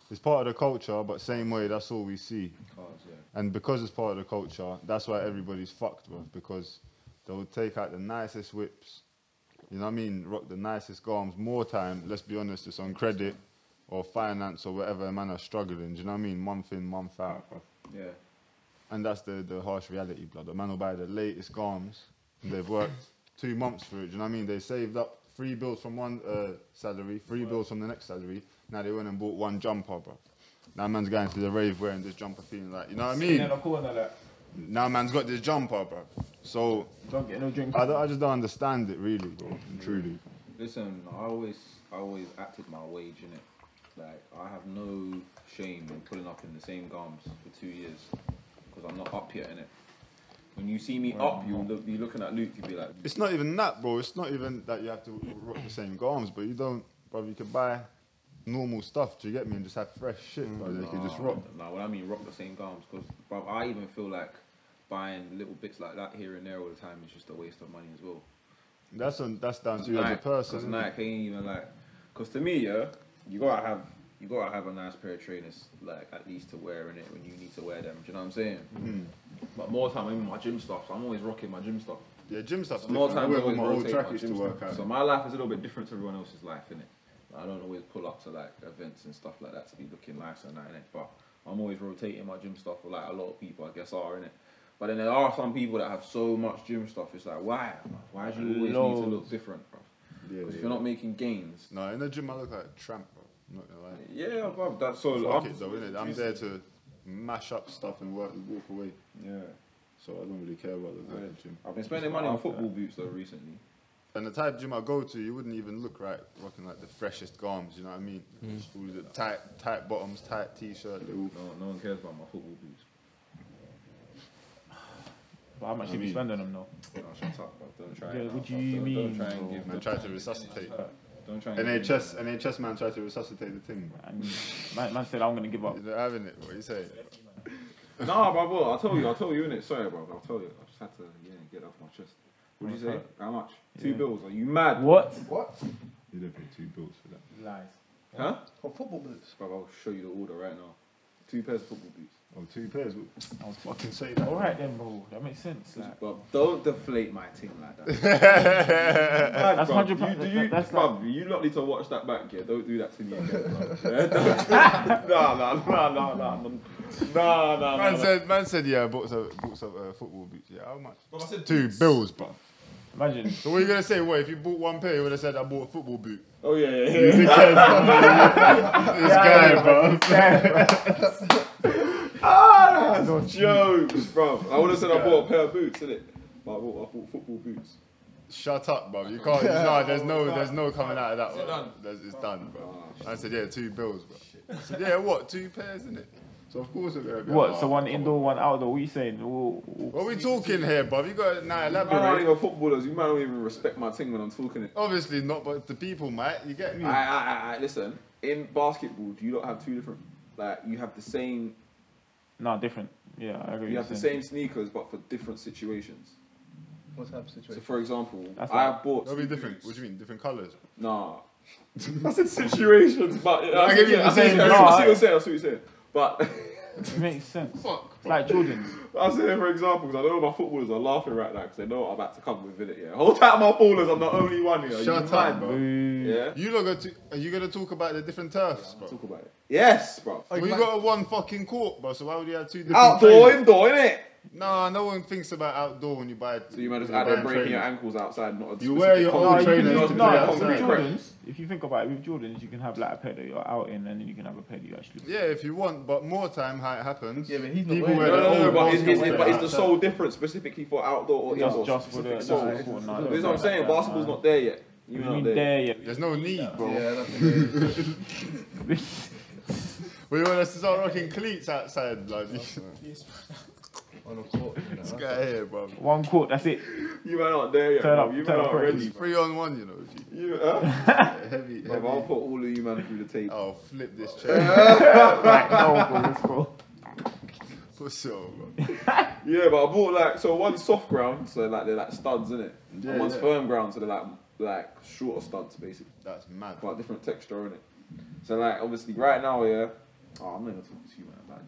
B: It's part of the culture, but same way, that's all we see.
A: Cars, yeah.
B: And because it's part of the culture, that's why everybody's fucked, bro. Because they'll take out the nicest whips, you know what I mean? Rock the nicest garms more time. Let's be honest, it's on credit or finance or whatever a man are struggling. Do you know what I mean? Month in, month out, bro.
A: Yeah.
B: And that's the, the harsh reality, blood. The man will buy the latest garms. And they've worked two months for it. Do you know what I mean? They saved up three bills from one uh, salary, three bills from the next salary. Now they went and bought one jumper, bro. Now man's going to the rave wearing this jumper, feeling like you know what I
C: Sitting
B: mean.
C: in the corner, like,
B: Now man's got this jumper, bro. So
C: don't get no drink.
B: I, don't- I just don't understand it, really, bro. Truly.
A: Listen, I always, I always acted my wage in it. Like I have no shame in pulling up in the same garms for two years because I'm not up yet in it. When you see me up, you'll look, be looking at Luke. You'll be like,
B: It's not even that, bro. It's not even that you have to rock the same garms, but you don't, bro. You could buy normal stuff. Do you get me? And just have fresh shit, bro. They could just rock.
A: Now, what I mean, rock the same garms because, bro, I even feel like buying little bits like that here and there all the time is just a waste of money as well.
B: That's on, that's down to you as a
A: Nike,
B: person.
A: 'cause
B: isn't it?
A: Nike ain't even like, cause to me, yeah, you gotta have, you gotta have a nice pair of trainers, like at least to wear in it when you need to wear them. Do you know what I'm saying?
B: Hmm.
A: But more time I'm in my gym stuff, so I'm always rocking my gym stuff.
B: Yeah, gym stuff's
A: So more
B: different. I
A: time
B: wear
A: I'm
B: all
A: always
B: my old
A: rotating my
B: trackers to
A: gym
B: work
A: stuff.
B: out.
A: So my life is a little bit different to everyone else's life, innit? I don't always pull up to like events and stuff like that to be looking nice and that, innit? But I'm always rotating my gym stuff, like a lot of people, I guess, are innit. But then there are some people that have so much gym stuff. It's like, why? Why do you always need to look different, bro?
B: Yeah,
A: Because if
B: yeah.
A: you're not making gains,
B: No, in the gym I look like a tramp, bro. I'm not gonna lie.
A: yeah, bro, that's so.
B: Fuck
A: I'm-
B: it though, innit? I'm there to mash up stuff and work, walk away.
A: Yeah,
B: So I don't really care about the
A: Right.
B: gym.
A: I've been spending money on football boots though recently.
B: And the type of gym I go to, you wouldn't even look right rocking like the freshest garms. You know what I mean? Just all the tight, tight bottoms, tight t-shirt. They all
A: No, no one cares about my football boots.
C: But how much
B: I
C: should you
B: mean-
C: be spending on them though?
A: No, shut up, bro. Don't try.
C: Yeah,
A: it now,
C: what do
A: bro.
C: you
A: don't,
C: mean,
A: Don't try and
C: bro?
A: give.
B: Man
A: don't
B: tried
A: try
B: to
A: and-
B: resuscitate.
A: Don't try and. give me-
B: NHS, NHS man tried to resuscitate the thing. bro.
C: And man, man said I'm gonna give up.
B: You're not having it. What you say?
A: Nah, bro, bro, I'll tell you, I'll tell you in it. Sorry, bro, I'll tell you. I just had to, yeah, get it off my chest. What did you say? How much? Two
C: Yeah.
A: bills? Are you mad?
C: What?
B: You don't pay two bills for that.
C: Lies.
A: Huh?
D: For football boots.
A: Bro, I'll show you the order right now. Two pairs of football boots.
B: Oh, two pairs. What-
C: I was fucking.
B: Fucking say that.
C: All right then, bro. That makes sense. Like,
A: Bro, don't deflate my team like that.
C: That's
A: That's
C: 100
A: hundred. You,
C: that-
A: do you,
C: that's
A: bruv, you lot need to watch that back, yeah. Don't do that to me again, bruv. Yeah, don't- Nah, nah, nah, nah, nah, nah, nah, nah, nah.
B: Man said, man said, yeah, bought some, bought some uh, football boots. Yeah, how much?
A: Bro, I said
B: Two bills, bro.
C: imagine.
B: So what you gonna say? What if you bought one pair? You would have said I bought a football boot.
A: Oh yeah, yeah,
B: You
A: yeah.
B: dickhead, bro. this guy, bro.
A: Ah, that's jokes, bro. I would have said I bought a pair of boots, innit? But I bought, I bought football boots.
B: Shut up, bro. You can't. No, there's no, there's no coming out of that one.
A: done? Oh,
B: That's- It's done, bro. I said, yeah, two bills, bro. I said, yeah, what? Two pairs, isn't it? So of course it's gonna be.
C: What?
B: hard.
C: So one indoor, one outdoor. What are you saying? We'll, we'll
B: What are we talking here, bruv? You got to now
A: Man aren't
B: elaborate.
A: even footballers. You might not even respect my thing when I'm talking it.
B: Obviously not, but the people, mate. You get me?
A: I, I, I, I, listen, in basketball, do you not have two different? Like you have the same,
C: No, different. Yeah, I agree.
A: you
C: with
A: have the
C: saying.
A: same sneakers, but for different situations.
D: What type of
A: So,
D: situation?
A: for example,
C: That's
A: I
C: like-
A: have bought.
B: That'll be
A: two
B: different.
A: boots.
B: What do you mean? Different colours?
A: Nah. That's in situations, but I,
B: give you
A: I
B: the
A: see what
C: same
A: you're saying, I see what you're
C: no,
A: saying. I see what you're saying. But
C: It makes sense.
B: Fuck.
C: It's like Jordan's.
A: I'm saying, for example, because I know my footballers are laughing right now because they know I'm about to come with it. Yeah, hold tight, my ballers. I'm the only one here.
B: Shut
A: you
B: up,
A: mind,
B: bro.
A: Yeah,
B: You look at are you gonna talk about the different turfs, bro?
A: talk about it. Yes, bro.
B: Well, Oh, you got a one fucking court, bro. So why would you have two different?
A: Outdoor,
B: trainers?
A: indoor, innit?
B: No, no one thinks about outdoor when you buy.
A: So you might just
B: when
A: add
B: buy
A: them breaking your
B: trainers.
A: ankles outside, not a
B: You wear your
A: specific
B: own
A: concrete-
B: trainers
A: not
B: to
A: a specific
B: play
C: no,
B: outside.
C: with
A: concrete prep.
C: Jordans, if you think about it, with Jordans, you can have like a pair that you're out in, and then you can have a pair that you actually.
B: Yeah, if you want, but more time how it happens.
D: Yeah, but he's not
B: people
D: wearing
B: wear
D: it.
A: No,
B: their
A: no, no,
B: own
A: but is,
B: basketball
A: is, it, but is the
B: trainers.
A: sole different specifically for outdoor or
C: Just,
A: indoor?
C: just for the.
A: specific soles?
D: it's- it's-
A: This is what I'm saying. Basketball's not there yet. You
C: You
A: know
C: mean
A: there. yet.
C: there, yeah.
B: There's no need, bro.
D: Yeah, that's the
B: We want us to start rocking cleats outside, like this
D: on the court. You know, that's-
B: guy here, bro.
C: One court, that's it.
A: You man aren't there yet.
C: Turn
A: bro.
C: up,
A: You
C: turn
A: man
C: up
A: aren't
C: for it.
A: ready.
B: It's three on one, you know. If you,
A: You, huh?
B: heavy,
A: Bro, I'll
B: heavy.
A: put all of you man through the tape.
B: I'll flip this chair.
C: Right, no, bro, let's go.
B: For sure, bro.
A: Yeah, but I bought like so one's soft ground, so like they're like studs in it,
B: Yeah,
A: and one's
B: yeah.
A: firm ground, so they're like like shorter studs basically,
B: That's mad.
A: but different texture in it. So like obviously right now, yeah. Oh, I'm not gonna talk to you man about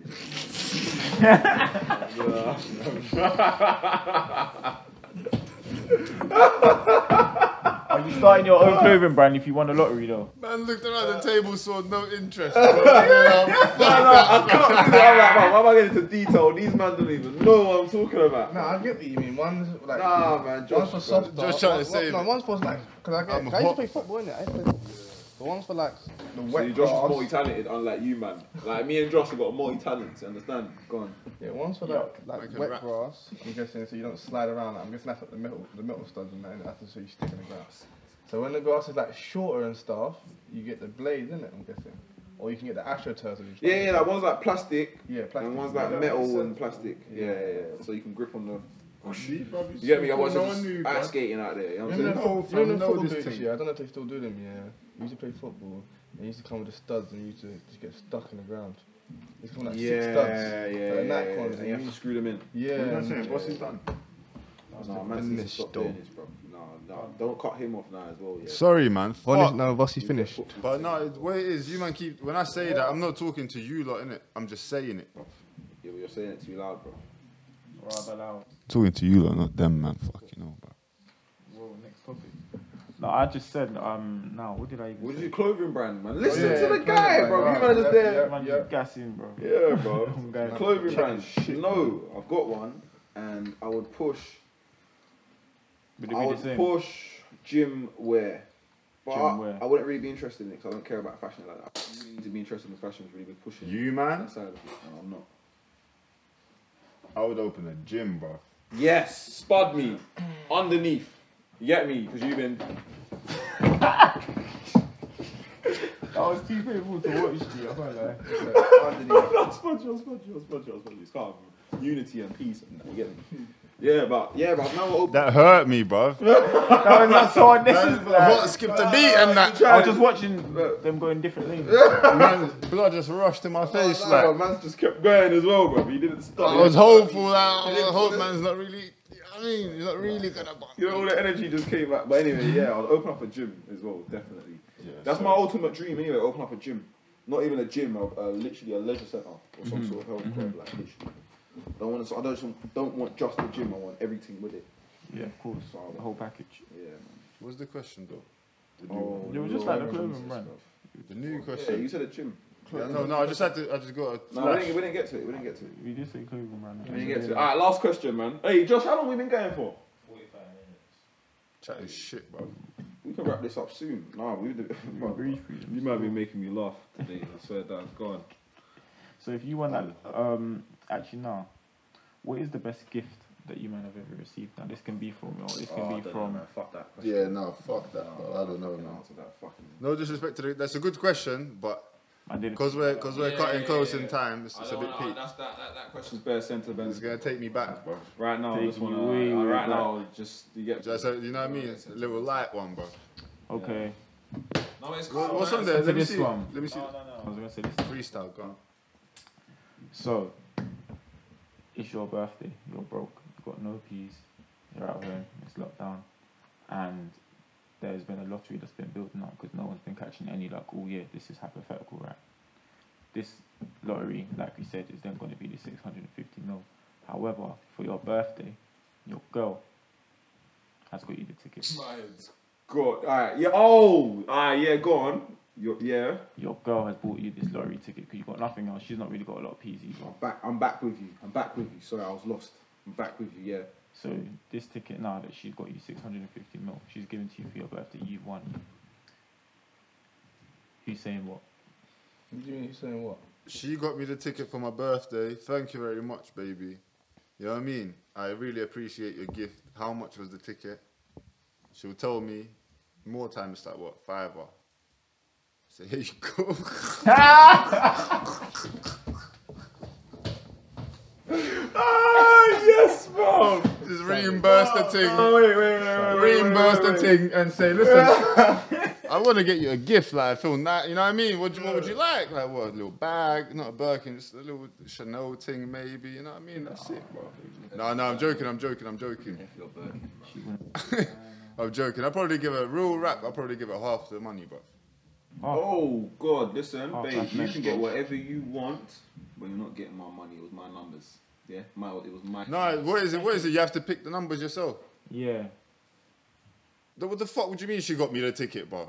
A: this. Yeah.
C: Are you starting your own clothing brand if you won the lottery, though?
B: Man looked around the table, saw no interest. bro. Yeah,
A: no, no, I can't do that. I'm like, man, why am I getting into detail? These man don't even know what I'm talking about.
D: No, I get what you mean. One's like.
A: Nah, man,
D: one's
A: Josh,
D: for soft.
B: Just trying to
D: one-
B: save
D: No,
B: it.
D: one's for like. Cause I,
B: I'm
D: get, I used
B: hot.
D: to play football, innit? I used to play football. The one's for like the
A: so
D: wet
A: Josh is
D: grass.
A: multi-talented, unlike you, man. Like me and Josh have got multi-talents. You understand? Go on.
D: Yeah, one's for like,
B: Like
D: like
B: a
D: wet
B: rat.
D: grass. I'm guessing so you don't slide around. I'm guessing that's like the metal, the metal studs and that. And that's so you stick in the grass. So when the grass is like shorter and stuff, you get the blades, innit? I'm guessing. Or you can get the astroturf. if you try.
A: Yeah, yeah, like one's like plastic,
D: Yeah, plastic.
A: and one's like
D: Yeah.
A: metal and plastic. Yeah,
D: Yeah. Oh,
A: yeah, yeah. So you can grip on the.
B: See, bro,
A: You get me? I watch
B: no
A: just
B: new,
A: ice
B: bro.
A: skating out there. You know what I'm
D: Remember
A: saying?
D: the
B: No,
D: fo-
B: fam,
D: remember the
B: no,
D: football
B: this
D: boots,
B: thing.
D: yeah? I don't know if they still do them, yeah. We used to play football. They used to come with the studs and you used to just get stuck in the ground. They used to come like six studs.
A: yeah,
D: Like
A: yeah,
D: Nike ones,
A: And you have to screw them in.
D: Yeah.
B: What am I
D: and-
B: saying? What's he done?
A: Nah, man, needs to stop doing this, bro. No, no, don't cut him off now as well. Yeah.
B: Sorry, man. Fuck.
D: no, Vossi finished.
B: But no, it, what it is, you man keep. When I say that, I'm not talking to you lot, innit? I'm just saying it.
A: Yeah, but you're saying it too loud, bro.
C: Rather loud.
B: Talking to you lot, not them, man. Fuck, you know, bro.
C: Well, next topic. No, I just said, um, now, what did I even
A: What
C: say?
A: is your clothing brand, man? Listen
D: Oh, yeah,
A: to the
D: yeah,
A: guy,
D: clothing
A: bro.
D: brand,
A: You man
D: yeah,
A: just there.
D: yeah.
C: Man, you gassing, bro.
A: Yeah, bro.
C: I'm going.
A: Clothing brand. No, I've got one, and I would push. I
C: Would it be the
A: would
C: same?
A: push gym wear. But
C: Gym wear.
A: I, I wouldn't really be interested in it because I don't care about fashion like that. I really need to be interested in fashion. Is really been pushing
B: You, man?
A: that side of it. and I'm not.
B: I would open a gym, bro.
A: Yes, spud me underneath. You get me? Because you've been.
C: I was too painful to watch you. I can't lie.
A: I'll spud you, I'll spud you, I'll spud you, I'll spud you. It's calm. Unity and peace. And that, you get me? Yeah, but yeah, but now open.
B: That hurt me, bro.
C: That was like so unnecessary.
B: What? Skip the beat and that.
C: I was just watching them going different lanes.
B: Man, Oh, blood just rushed in my face.
A: Nah,
B: like,
A: but man's just kept going as well, bro. He didn't stop.
B: I was hopeful that I
A: didn't
B: hope
A: put it-
B: man's not really. I mean, he's not really gonna. bump.
A: You know, all the energy just came back. But anyway, yeah, I'll open up a gym as well, definitely. That's my ultimate dream, anyway. Open up a gym, not even a gym, a, a, literally a leisure center or some sort of health club, like literally. Don't want to. I don't, don't want just the gym. I want everything with it.
C: Yeah, of course. The whole package.
A: Yeah. Man.
B: What's the question, though? The new,
A: Oh,
C: It was just
A: Lord
C: like the clothing
A: Jesus,
C: brand.
A: bro.
B: the new
A: Yeah, you
B: question.
A: said a gym.
B: Yeah, no, no, I just had to. I just got. A
A: No, we didn't, we didn't get to it. We didn't get to it.
C: We did say clothing brand.
A: We didn't get to it. All right, last question, man. Hey, Josh, how long we been going for?
B: Chat is shit, bro.
A: We can wrap this up soon. Nah, we.
C: Breathe through them.
A: You might be making me laugh today. I swear to God. Go on.
C: So if you want that,
B: Oh.
C: um, actually no. What is the best gift that you might have ever received? Now this can be from your, this can
A: Oh, I
C: be
A: don't
C: from.
A: know, man. fuck that question.
B: Yeah, no, fuck that,
A: No,
B: bro. I don't know,
A: fucking
B: man.
A: answer that fucking-
B: No disrespect to the, that's a good question, but
C: I did.
B: Because we're, cause we're
E: Yeah,
B: cutting
E: yeah,
B: close
E: yeah.
B: in time, it's,
E: I
B: it's a
E: don't
B: bit
E: wanna-
B: peak.
E: That's that, that, that question's
A: Just bare sentiment.
B: It's going to take me back, bro.
A: Right now, I
C: Take
A: just
C: you
A: want
C: way,
A: to.
C: way
A: Right
C: back.
A: now, just you get.
B: Just, so- you know what I mean? It's a little light one, bro.
C: Okay.
E: No, it's
B: What-
E: calm,
B: What's
E: man.
B: on there?
C: Listen
B: Let
C: to
B: me
C: this
B: see.
C: one.
B: Let me see.
E: No, no, no.
C: I was gonna say this.
B: Freestyle, go on.
C: So, it's your birthday. You're broke. You've got no peas. You're at home. It's lockdown, and there's been a lottery that's been building up because no one's been catching any luck all year. This is hypothetical, right? This lottery, like we said, is then going to be the 650 mil. However, for your birthday, your girl has got you the tickets.
A: God, alright, yeah. Oh, alright, yeah. Go on. you yeah.
C: Your girl has bought you this lottery ticket because you've got nothing else. She's not really got a lot of peas either.
A: I'm back. I'm back with you. I'm back with you. Sorry, I was lost. I'm back with you. Yeah.
C: So this ticket now that she's got you 650 mil, she's given to you for your birthday, you've won. Who's saying what?
D: What do you mean you're saying what?
B: She got me the ticket for my birthday. Thank you very much, baby. You know what I mean? I really appreciate your gift. How much was the ticket? She'll tell me. More time it's like what? Fiver. So here you go.
A: Ah, yes, bro.
B: Just reimburse the thing.
A: wait, wait, wait,
B: Reimburse the thing and say, listen, I want to get you a gift. Like I feel nice. You know what I mean? What, do you- what would you like? Like what? A little bag? Not a Birkin. Just a little Chanel thing, maybe. You know what I mean? That's it, bro. No, no, I'm joking. I'm joking. I'm joking.
E: If you're burning, man.
C: She went,
B: I'm joking. I'll probably give a real rap. I'll probably give it half the money, bro.
C: oh,
A: Oh God, listen,
C: Oh,
A: babe,
C: that's
A: you
C: nice,
A: can get
C: bro.
A: whatever you want, but you're not getting my money. It was my numbers. Yeah, my it was my.
B: No, what is it? What is it? You have to pick the numbers yourself.
C: yeah,
B: The- What the fuck would you mean she got me the ticket, bro?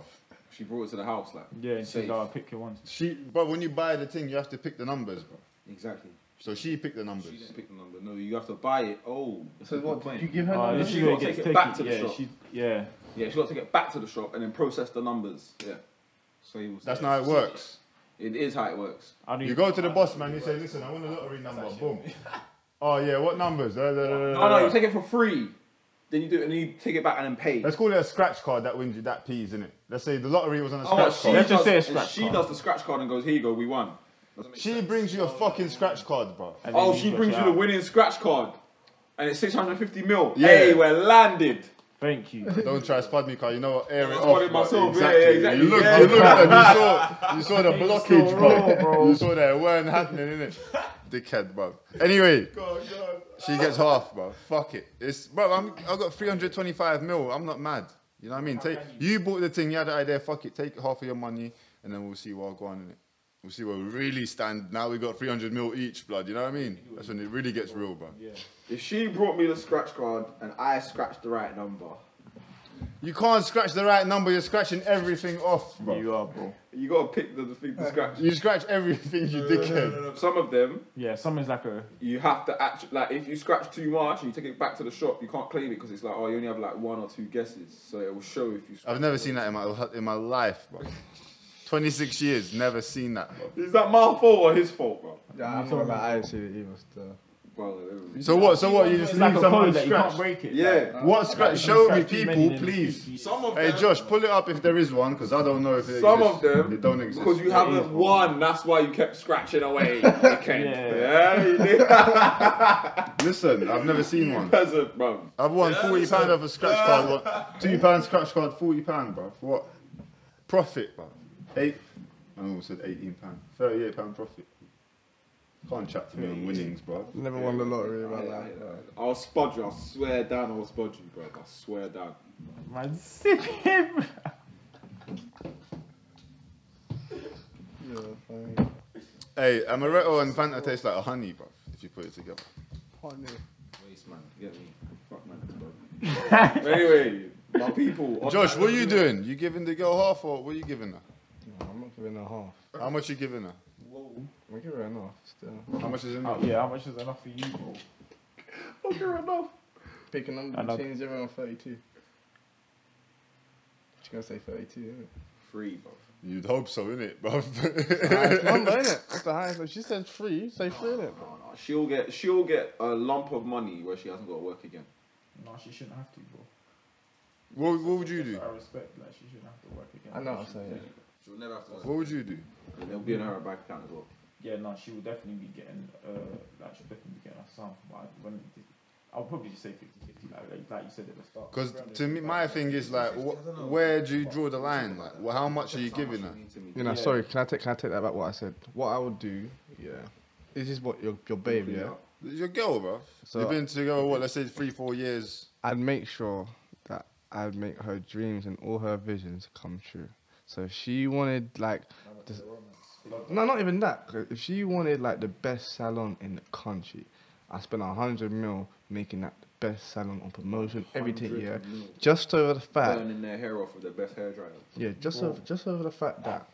A: She brought it to the house, like
C: yeah, and she's
A: safe.
C: like, I'll pick your ones.
B: She, but when you buy the thing, you have to pick the numbers, bro.
A: exactly.
B: So she picked the
A: She
B: numbers.
A: didn't pick the number. No, you have to buy it. Oh, that's a
D: So
A: good
D: what?
A: point.
D: Did you give her
C: Oh,
D: the
C: if
A: she
C: she
A: gotta
C: got
A: take
C: gets
A: it
C: taken,
A: back to the
C: yeah,
A: shop.
C: she, yeah,
A: Yeah, she got to get back to the shop and then process the numbers. Yeah. So he was.
B: That's not how it works.
A: It is how it works.
C: I don't
B: You
C: even-
B: go to the boss, man. You say, listen, I want a lottery number. Boom. Oh yeah, what numbers? Da, da, da,
C: Oh,
B: da,
A: Oh, No, no,
B: da.
A: you take it for free. Then you do it and then you take it back and then pay.
B: Let's call it a scratch card that wins you that peas, innit? Let's say the lottery was on a
A: Oh,
B: scratch
A: she
B: card.
C: Let's
A: does-
C: just say a
A: and
C: scratch
A: She
C: card.
A: does the scratch card and goes, here you go, we won.
B: She brings you a fucking scratch card, bro.
C: and then
A: Oh,
C: you
A: she
C: got
A: brings you
C: your
A: the
C: out.
A: winning scratch card. And it's 650 mil.
B: Yeah.
A: Hey, we're landed.
C: Thank you.
B: Don't try to spud me, car. You know what? Air it
A: I
B: off.
A: spotted
B: bro.
A: myself, yeah, yeah, exactly.
B: You looked,
A: Yeah.
B: you looked at them. You saw, you saw the blockage, bro.
C: raw, bro.
B: You saw that it weren't happening, innit? Dickhead, bro. Anyway, she gets half, bro. Fuck it. It's, bro. I'm, I got 325 mil. I'm not mad. You know what I mean? Take, you bought the thing. You had the idea. Fuck it. Take half of your money, and then we'll see where I go on innit? We'll see where we really stand. Now we got 300 mil each, blood. You know what I mean? That's when it really gets real, bro.
A: If she brought me the scratch card and I scratched the right number,
B: You can't scratch the right number. You're scratching everything off, bro.
C: you are, bro.
A: you gotta pick the, the thing to scratch.
B: You scratch everything, you dickhead.
A: Some of them,
C: Yeah, someone's like a.
A: you have to actually, like, if you scratch too much and you take it back to the shop, you can't claim it because it's like, oh, you only have like one or two guesses. So it will show if you scratch.
B: I've never seen that in my in my life, bro. 26 years, never seen that. Bro.
A: Is that my fault or his fault, bro?
D: Yeah, I'm
C: saw
D: not
C: me.
D: like, I didn't see it either still.
A: Well, it was-
B: So what? So what? You just
C: It's like
B: leave
C: a code
B: someone
C: that you can't
B: scratch?
C: break it. like,
A: yeah.
B: What
C: if
B: scratch?
C: you
B: Show me
C: scratch too many,
B: people,
C: then it's
B: please.
C: easy.
E: Some of
B: Hey
E: them.
B: Josh, pull it up if there is one, because I don't know if it
A: Some
B: exists.
A: of them,
B: It don't exist.
A: Because you
C: There is
A: haven't
C: one.
A: won, that's why you kept scratching away. Okay.
C: Yeah.
A: yeah. you did.
B: Listen, I've never seen one.
A: Peasant, bro.
B: I've won 40 pound off a scratch card. What? Two pound scratch card, 40 pound, bro. For what? Profit, bro. Eight. I almost said 18 pound. 38 pound profit. Can't chat to me on winnings, bro.
D: Never won the lottery in my
A: Yeah,
D: life.
A: yeah. I'll spud you. I swear down. I'll spud you, bro. I swear down.
C: Man, sick him.
D: Yeah, fine.
B: Hey, amaretto and Fanta taste like honey, bro. If you put it together.
D: Funny.
A: Waste man. Get me. Fuck man, bro. But anyway, my people. on
B: Josh,
A: that
B: what are you
A: note-
B: doing? You giving the girl half or what are you giving her?
D: No, I'm not giving her half.
B: How much you giving her?
D: I'm giving her enough still.
B: How much is in
C: Oh,
B: it?
C: yeah, how much is enough for you, bro?
A: Okay, enough.
D: Picking number
C: And I'll-
D: between 0 and 32. She's gonna say 32, isn't it?
A: Free, bro.
B: You'd hope so, innit, bro?
D: highest number, innit? It's the highest number. She said three, you say three, innit?
A: No, no. She'll get. She'll get a lump of money where she hasn't got to work again.
C: No, she shouldn't have to, bro.
B: what, what would you do?
C: I respect, like, she shouldn't have to work again.
D: I know what I'm saying.
A: She'll never have to.
B: What would you do?
A: And there'll be an Arab bank account as well.
C: Yeah, no, she will definitely be getting, uh, like, she'll definitely be getting her son. But I, when, I'll probably just say 50-50, like, like, like you said at the start.
B: Because to me, my thing is like, wh- where do you draw the line? Like, well, how much are you giving her?
D: You know,
C: Yeah.
D: sorry, can I take can I take that back? What I said. What I would do, yeah. This is what your your babe, yeah.
B: It's your girl, bro.
D: So-
B: You've been together what? Let's say three, four years.
D: I'd make sure that I'd make her dreams and all her visions come true. So if she wanted like, the, no, not even that. 'cause If she wanted like the best salon in the country, I spent a hundred mil making that the best salon on promotion, everything. Yeah, just over the fact,
A: Burning their hair off with their best hair dryer.
D: yeah, just over, just over the fact that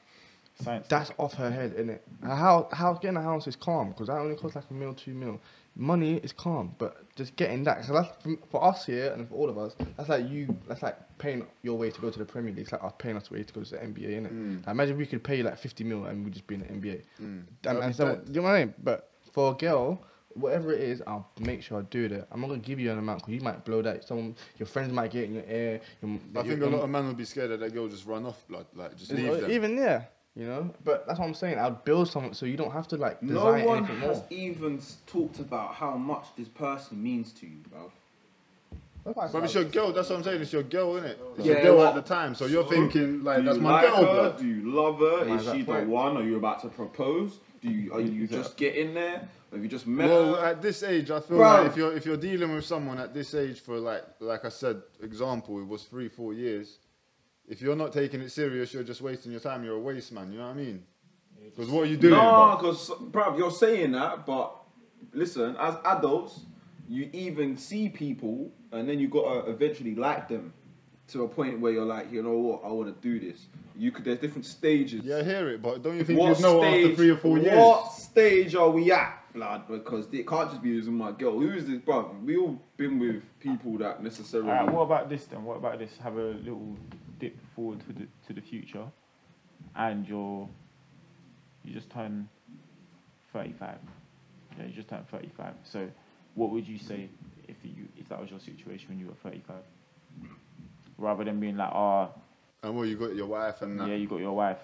C: Science.
D: that's off her head, innit? A house, house getting a house is calm because that only costs like a mil, two mil. Money is calm, but just getting that. So that's for- for us here and for all of us. That's like you. That's like paying your way to go to the Premier League. It's like us paying us way to go to the NBA, innit?
B: Mm.
D: Like, imagine we could pay you like fifty mil and we just be in the NBA. And,
B: That'd be
D: and so,
B: dead.
D: you know what I mean? But for a girl. Whatever it is, I'll make sure I do that. I'm not gonna give you an amount because you might blow that. Someone, your friends might get in your ear. Your,
B: I think a
D: your-
B: lot of men would be scared that their girl just run off, blood. Like, just
D: or
B: leave them.
D: Even there, you know. But that's what I'm saying. I'd build something so you don't have to like design
A: No one
D: anything
A: has
D: more.
A: even s- talked about how much this person means to you, bruv.
B: But it's your girl. That's what I'm saying. It's your girl, innit? It's
A: Yeah,
B: your girl
A: well-
B: at the time. So you're thinking like,
A: Do
B: that's
A: you
B: my
A: like
B: girl,
A: her?
B: blood.
A: Do you love her?
D: Nah,
A: Is she
D: that's
A: the
D: right.
A: one? Are you about to propose? Do you are you just get in there? Have you just met
B: Well,
A: her?
B: at this age, I feel
A: Bro.
B: like if you're if you're dealing with someone at this age for like like I said, example, it was three four years. If you're not taking it serious, you're just wasting your time. You're a waste man. You know what I mean? Because what are you doing?
A: No,
B: bro?
A: because bruv, you're saying that, but listen, as adults, you even see people, and then you gotta eventually like them to a point where you're like, you know what, I want to do this. You could. There's different stages.
B: Yeah, I hear it, but don't you think you'd know after three or four years?
A: What stage are we at, blood? Because it can't just be using my girl. Who is this, bruv? We all been with people that necessarily.
C: Alright, what about this then? What about this? Have a little dip forward to the to the future, and you're you just turn thirty-five. Yeah, you just turned thirty-five. So, what would you say if you if that was your situation when you were thirty-five? Rather than being like, oh,
B: And well, you got your wife and that.
C: yeah, you got your wife.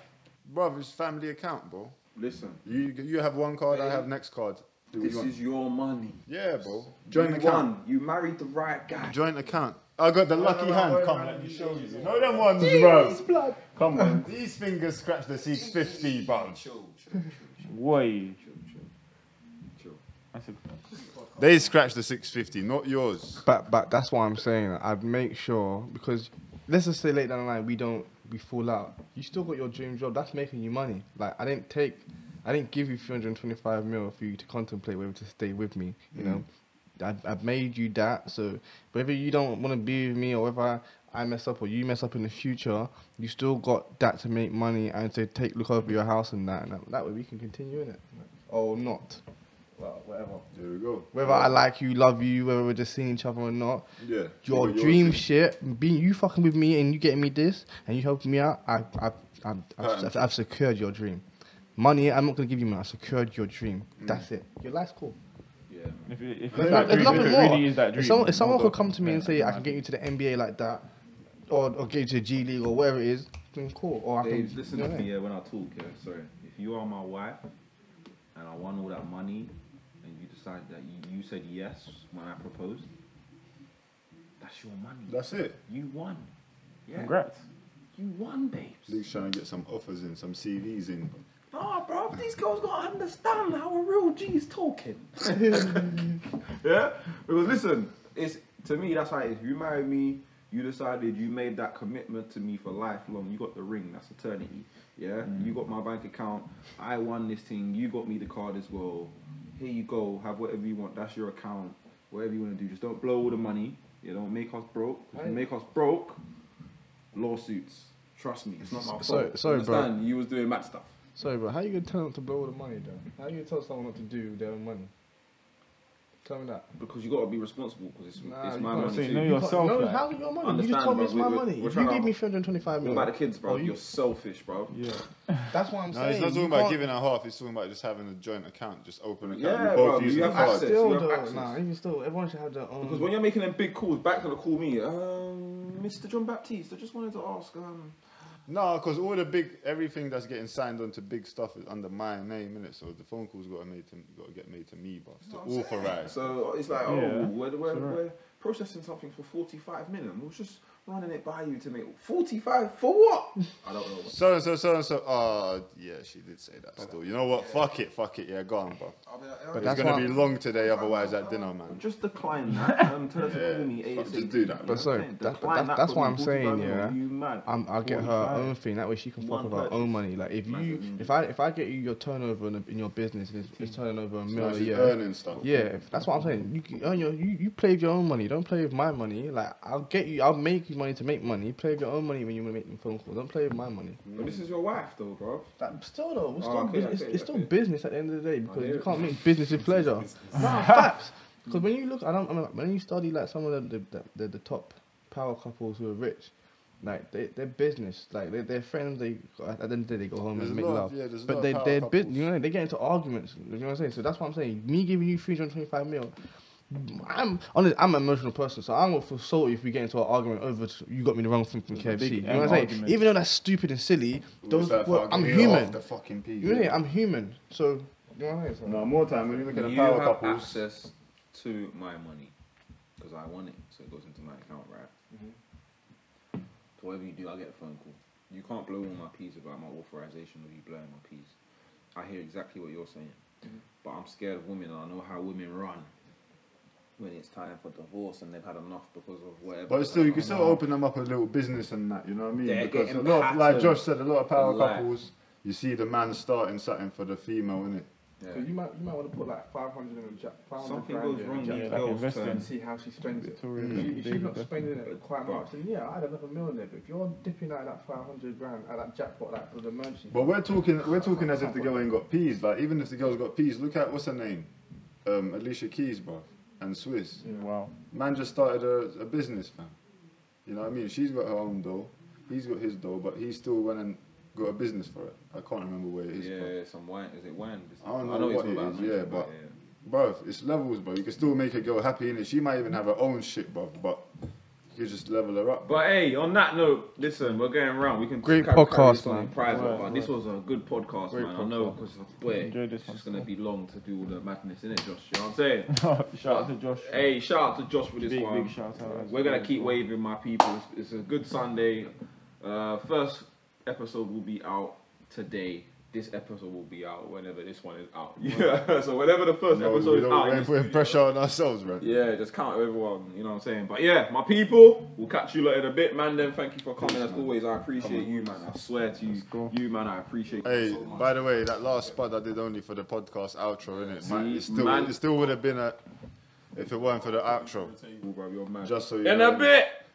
B: Bro, it's family account, bro.
A: Listen,
B: You you have one card, I have next card. Do what
A: this
B: you want.
A: is your money.
B: yeah, bro. Joint
A: you
B: account.
A: won. You married the right guy.
B: Joint account. I got the lucky hand. Come, let me show you. No, them ones, bro. Come on. These fingers scratch the six fifty, bro.
C: Why? That's a
B: They scratch the six fifty, not yours.
D: But but that's what I'm saying. I'd make sure because let's just say late down the line we don't we fall out. You still got your dream job. That's making you money. Like I didn't take, I didn't give you 325 mil for you to contemplate whether to stay with me. You know, I've, I've made you that. So whether you don't want to be with me or whether I mess up or you mess up in the future, you still got that to make money and to take look over your house and that. And that, that way we can continue in it or not. Well, whatever.
B: There we go.
D: Whether I like you, love you, whether we're just seeing each other or not,
B: Yeah.
D: your
B: Yours
D: dream
B: is-
D: shit, being you fucking with me and you getting me this and you helping me out, I, I, I, I've,
B: Patent.
D: I've, I've secured your dream. Money, I'm not gonna give you money. I secured your dream. That's it. Your life's cool.
A: Yeah. man.
C: if it, if it's that
D: There's, no- there's
C: dream,
D: nothing
C: if it
D: more.
C: really is that dream.
D: if someone, if
C: no
D: someone could
C: doubt.
D: come to me and
C: Yeah,
D: say,
C: no
D: "I can
C: doubt.
D: get you to the NBA like that," or, or get you to the G League or whatever it is, then cool. Or I can
A: Babes, listen
D: you know
A: to
D: what I
A: me
D: mean?
A: yeah, when I talk. Yeah, sorry. If you are my wife and I won all that money and you decide that you, you said yes when I proposed, that's your money.
B: That's it.
A: you won. Yeah.
C: Congrats.
A: You won, babes.
B: Luke's trying to get some offers in, some CVs in.
A: Nah, bro, these girls gotta understand how a real G is talking. yeah? Because listen, it's to me that's how it is. You married me, you decided you made that commitment to me for lifelong. You got the ring, that's eternity. Yeah?
D: Mm.
A: You got my bank account, I won this thing, you got me the card as well. Here you go, have whatever you want, that's your account. Whatever you want to do, just don't blow all the money. You don't make us broke. If you make us broke, lawsuits. Trust me, it's not my fault.
D: Sorry- sorry, bro.
A: Understand? You was doing mad stuff.
D: Sorry, bro. How you gonna tell them to blow all the money though? How you gonna tell someone what to do with their own money? Tell me that.
A: Because you got to be responsible because it's,
D: Nah,
A: it's
D: you
A: my
D: can't
A: money
C: say
A: too.
C: no,
D: You
C: you're-
D: can't-
C: Yourself,
D: No,
C: like-
D: how's it your money? you
A: Understand,
D: just
A: bro,
D: told me it's
A: we-
D: my
A: we-
D: money.
A: we're
D: If
A: trying
D: you
A: to-
D: give me 325
A: What
D: million.
A: about the kids, bro?
D: Oh, you-
A: You're selfish, bro.
C: Yeah.
D: That's what I'm
B: No,
D: saying.
B: it's not
D: You
B: talking about
D: can't-
B: giving her half. It's talking about just having a joint account, just open account.
A: Yeah, bro,
B: we both
A: you
B: use the
A: have
B: card.
A: access.
D: Still,
A: you have
D: though,
A: access.
D: nah, even still, everyone should have their own.
A: Because when you're making them big calls, back to the call me, um, Mr. John Baptiste, I just wanted to ask, um,
B: No, because all the big everything that's getting signed onto big stuff is under my name, innit? So the phone calls got to made to got to get made to me, but to authorize.
A: So it's like, oh,
C: Yeah.
A: we're, we're,
C: It's alright.
A: we're processing something for 45 million. We're just running it by you to make 45 for what? I don't know.
B: So and so, so and so. Oh, yeah, she did say that. Still, you know what? Fuck it, fuck it. Yeah, go on, bro.
A: I'll be like,
D: But
B: It's
D: that's
B: gonna
D: why-
B: be long today, otherwise at dinner, man.
A: Just decline that. Um, tell her to
B: Yeah,
A: call me
B: fuck,
A: ASAP.
B: just do that,
A: You
B: man.
A: know
D: But so
A: what I'm saying?
D: that's
A: Decline
D: that's,
A: that
D: that's
A: for
D: what
A: me,
D: I'm saying,
A: 45
D: yeah.
A: million, You mad?
D: I'm, I'll get her
A: 45.
D: own thing. That way she can fuck
A: One
D: with her
A: person.
D: own money. Like if you,
A: Imagine.
D: if I, if I get you your turnover in, a, in your business, and it's, it's turning over a
B: So
D: million a
B: she's
D: year.
B: earning stuff.
D: Yeah, if- that's what I'm saying. You can earn your, you, you play with your own money. Don't play with my money. Like I'll get you, I'll make you money to make money. Play with your own money when you want to make them phone calls. Don't play with my money.
A: But this is your wife, though, bro.
D: That still though, it's
A: Oh,
D: still,
A: okay,
D: it's, it's,
A: okay,
D: it's still
A: okay. Oh,
D: business at the end of the day because
A: hear
D: you
A: it.
D: can't make business with pleasure. Nah, facts. Because when you look, I don't, I mean, like, when you study like some of the the, the the top power couples who are rich, like they they're business, like they, they're friends. They at the end of the day they go home
B: There's
D: and
B: a
D: make
B: lot of-
D: love.
B: yeah, there's a lot
D: but
B: of
D: they
B: power
D: they're bit,
B: couples.
D: you know they get into arguments. You know what I'm saying? So that's what I'm saying. Me giving you 325 mil. I'm honest. I'm an emotional person, so I won't feel salty if we get into an argument over t- you got me the wrong thing from
K: There's a
D: KFC. You
K: big
D: know what I'm saying?
K: argument.
D: Even though that's stupid and silly,
B: Ooh,
D: those
B: that
D: well,
B: fucking
D: I'm
B: ear
D: human.
B: off The fucking pee,
D: You know, what I mean? I'm human, so you know what I'm saying.
B: No, more time when you look at the
A: you
B: power
A: have
B: couples.
A: access to my money because I want it, so it goes into my account, right?
D: Mm-hmm.
A: So whatever you do, I get a phone call. You can't blow all my peas about my authorization of you blowing my peas. I hear exactly what you're saying,
B: Mm-hmm.
A: but I'm scared of women, and I know how women run when it's time for divorce, and they've had enough because of whatever.
B: But still, you can
A: I
B: still
A: don't know.
B: open them up a little business and that, you know what I mean?
A: They're
B: because a
A: getting
B: lot, of, like
A: patterned
B: Josh said, a lot of power
A: for life.
B: couples, you see the man starting something for the female, innit?
A: Yeah.
L: So you might you might want to put like 500 in a jack. 500
A: Something
L: grand
A: goes
L: in a
A: wrong
L: jack
A: with
K: like
A: girls'
K: investing.
A: terms.
L: and see how she spends it.
D: Victoria
L: If
D: is
L: she-
D: big,
L: If she's not
D: that's-
L: spending it quite
A: But-
L: much, then yeah, I'd have another mil in there. But if you're dipping out that 500 grand at that jackpot, like for the emergency,
B: But we're talking, we're talking as if the girl ain't got peas. Like even if the girl's got peas, look at what's her name, um, Alicia Keys, bro, and Swiss.
C: Wow.
B: Man just started a, a business, man. You know what I mean? She's got her own dough, he's got his dough, but he still went and got a business for it. I can't remember where it is.
A: Yeah,
B: bro.
A: some wine. Is it wine? business?
B: I don't know
A: what you're
B: what
A: talking
B: it
A: about,
B: is,
A: man,
B: yeah,
A: but
B: but- Bro, it's levels, bro. You can still make a girl happy, innit? She might even have her own shit, bro, but you could just level her up.
A: But hey, on that note, listen, we're going round. We can
D: Great
A: carry- carry
D: podcast,
A: this on in
D: man.
A: Private,
C: Right,
A: but this was a good podcast,
D: Great
A: man. I know because
C: Enjoyed this
A: it's
C: one
A: just gonna be
C: still.
A: long to do all the madness in it, Josh. You know what I'm saying?
C: shout out to Josh.
A: hey, shout out to Josh for this
C: big,
A: one.
C: big shout out.
A: We're gonna keep waving, my people. It's, it's a good Sunday. Uh, first episode will be out today. This episode will be out whenever this one is out. Yeah. so whenever the first
B: No, we
A: episode is
B: don't-
A: out,
B: we
A: you
B: ain't putting pressure on ourselves, bro.
A: yeah, just count everyone, you know what I'm saying? But yeah, my people, we'll catch you later in a bit, man. Then thank you for coming as always. I appreciate you, man. I swear to you, you, man, I appreciate you
B: Hey,
A: so much.
B: by the way, that last spud I did only for the podcast outro, innit? Man,
A: See,
B: it still,
A: man-
B: it still would have been a, if it weren't for the outro.
A: Cool, bro, you're mad.
B: Just so you
A: in
B: know.
A: a bit.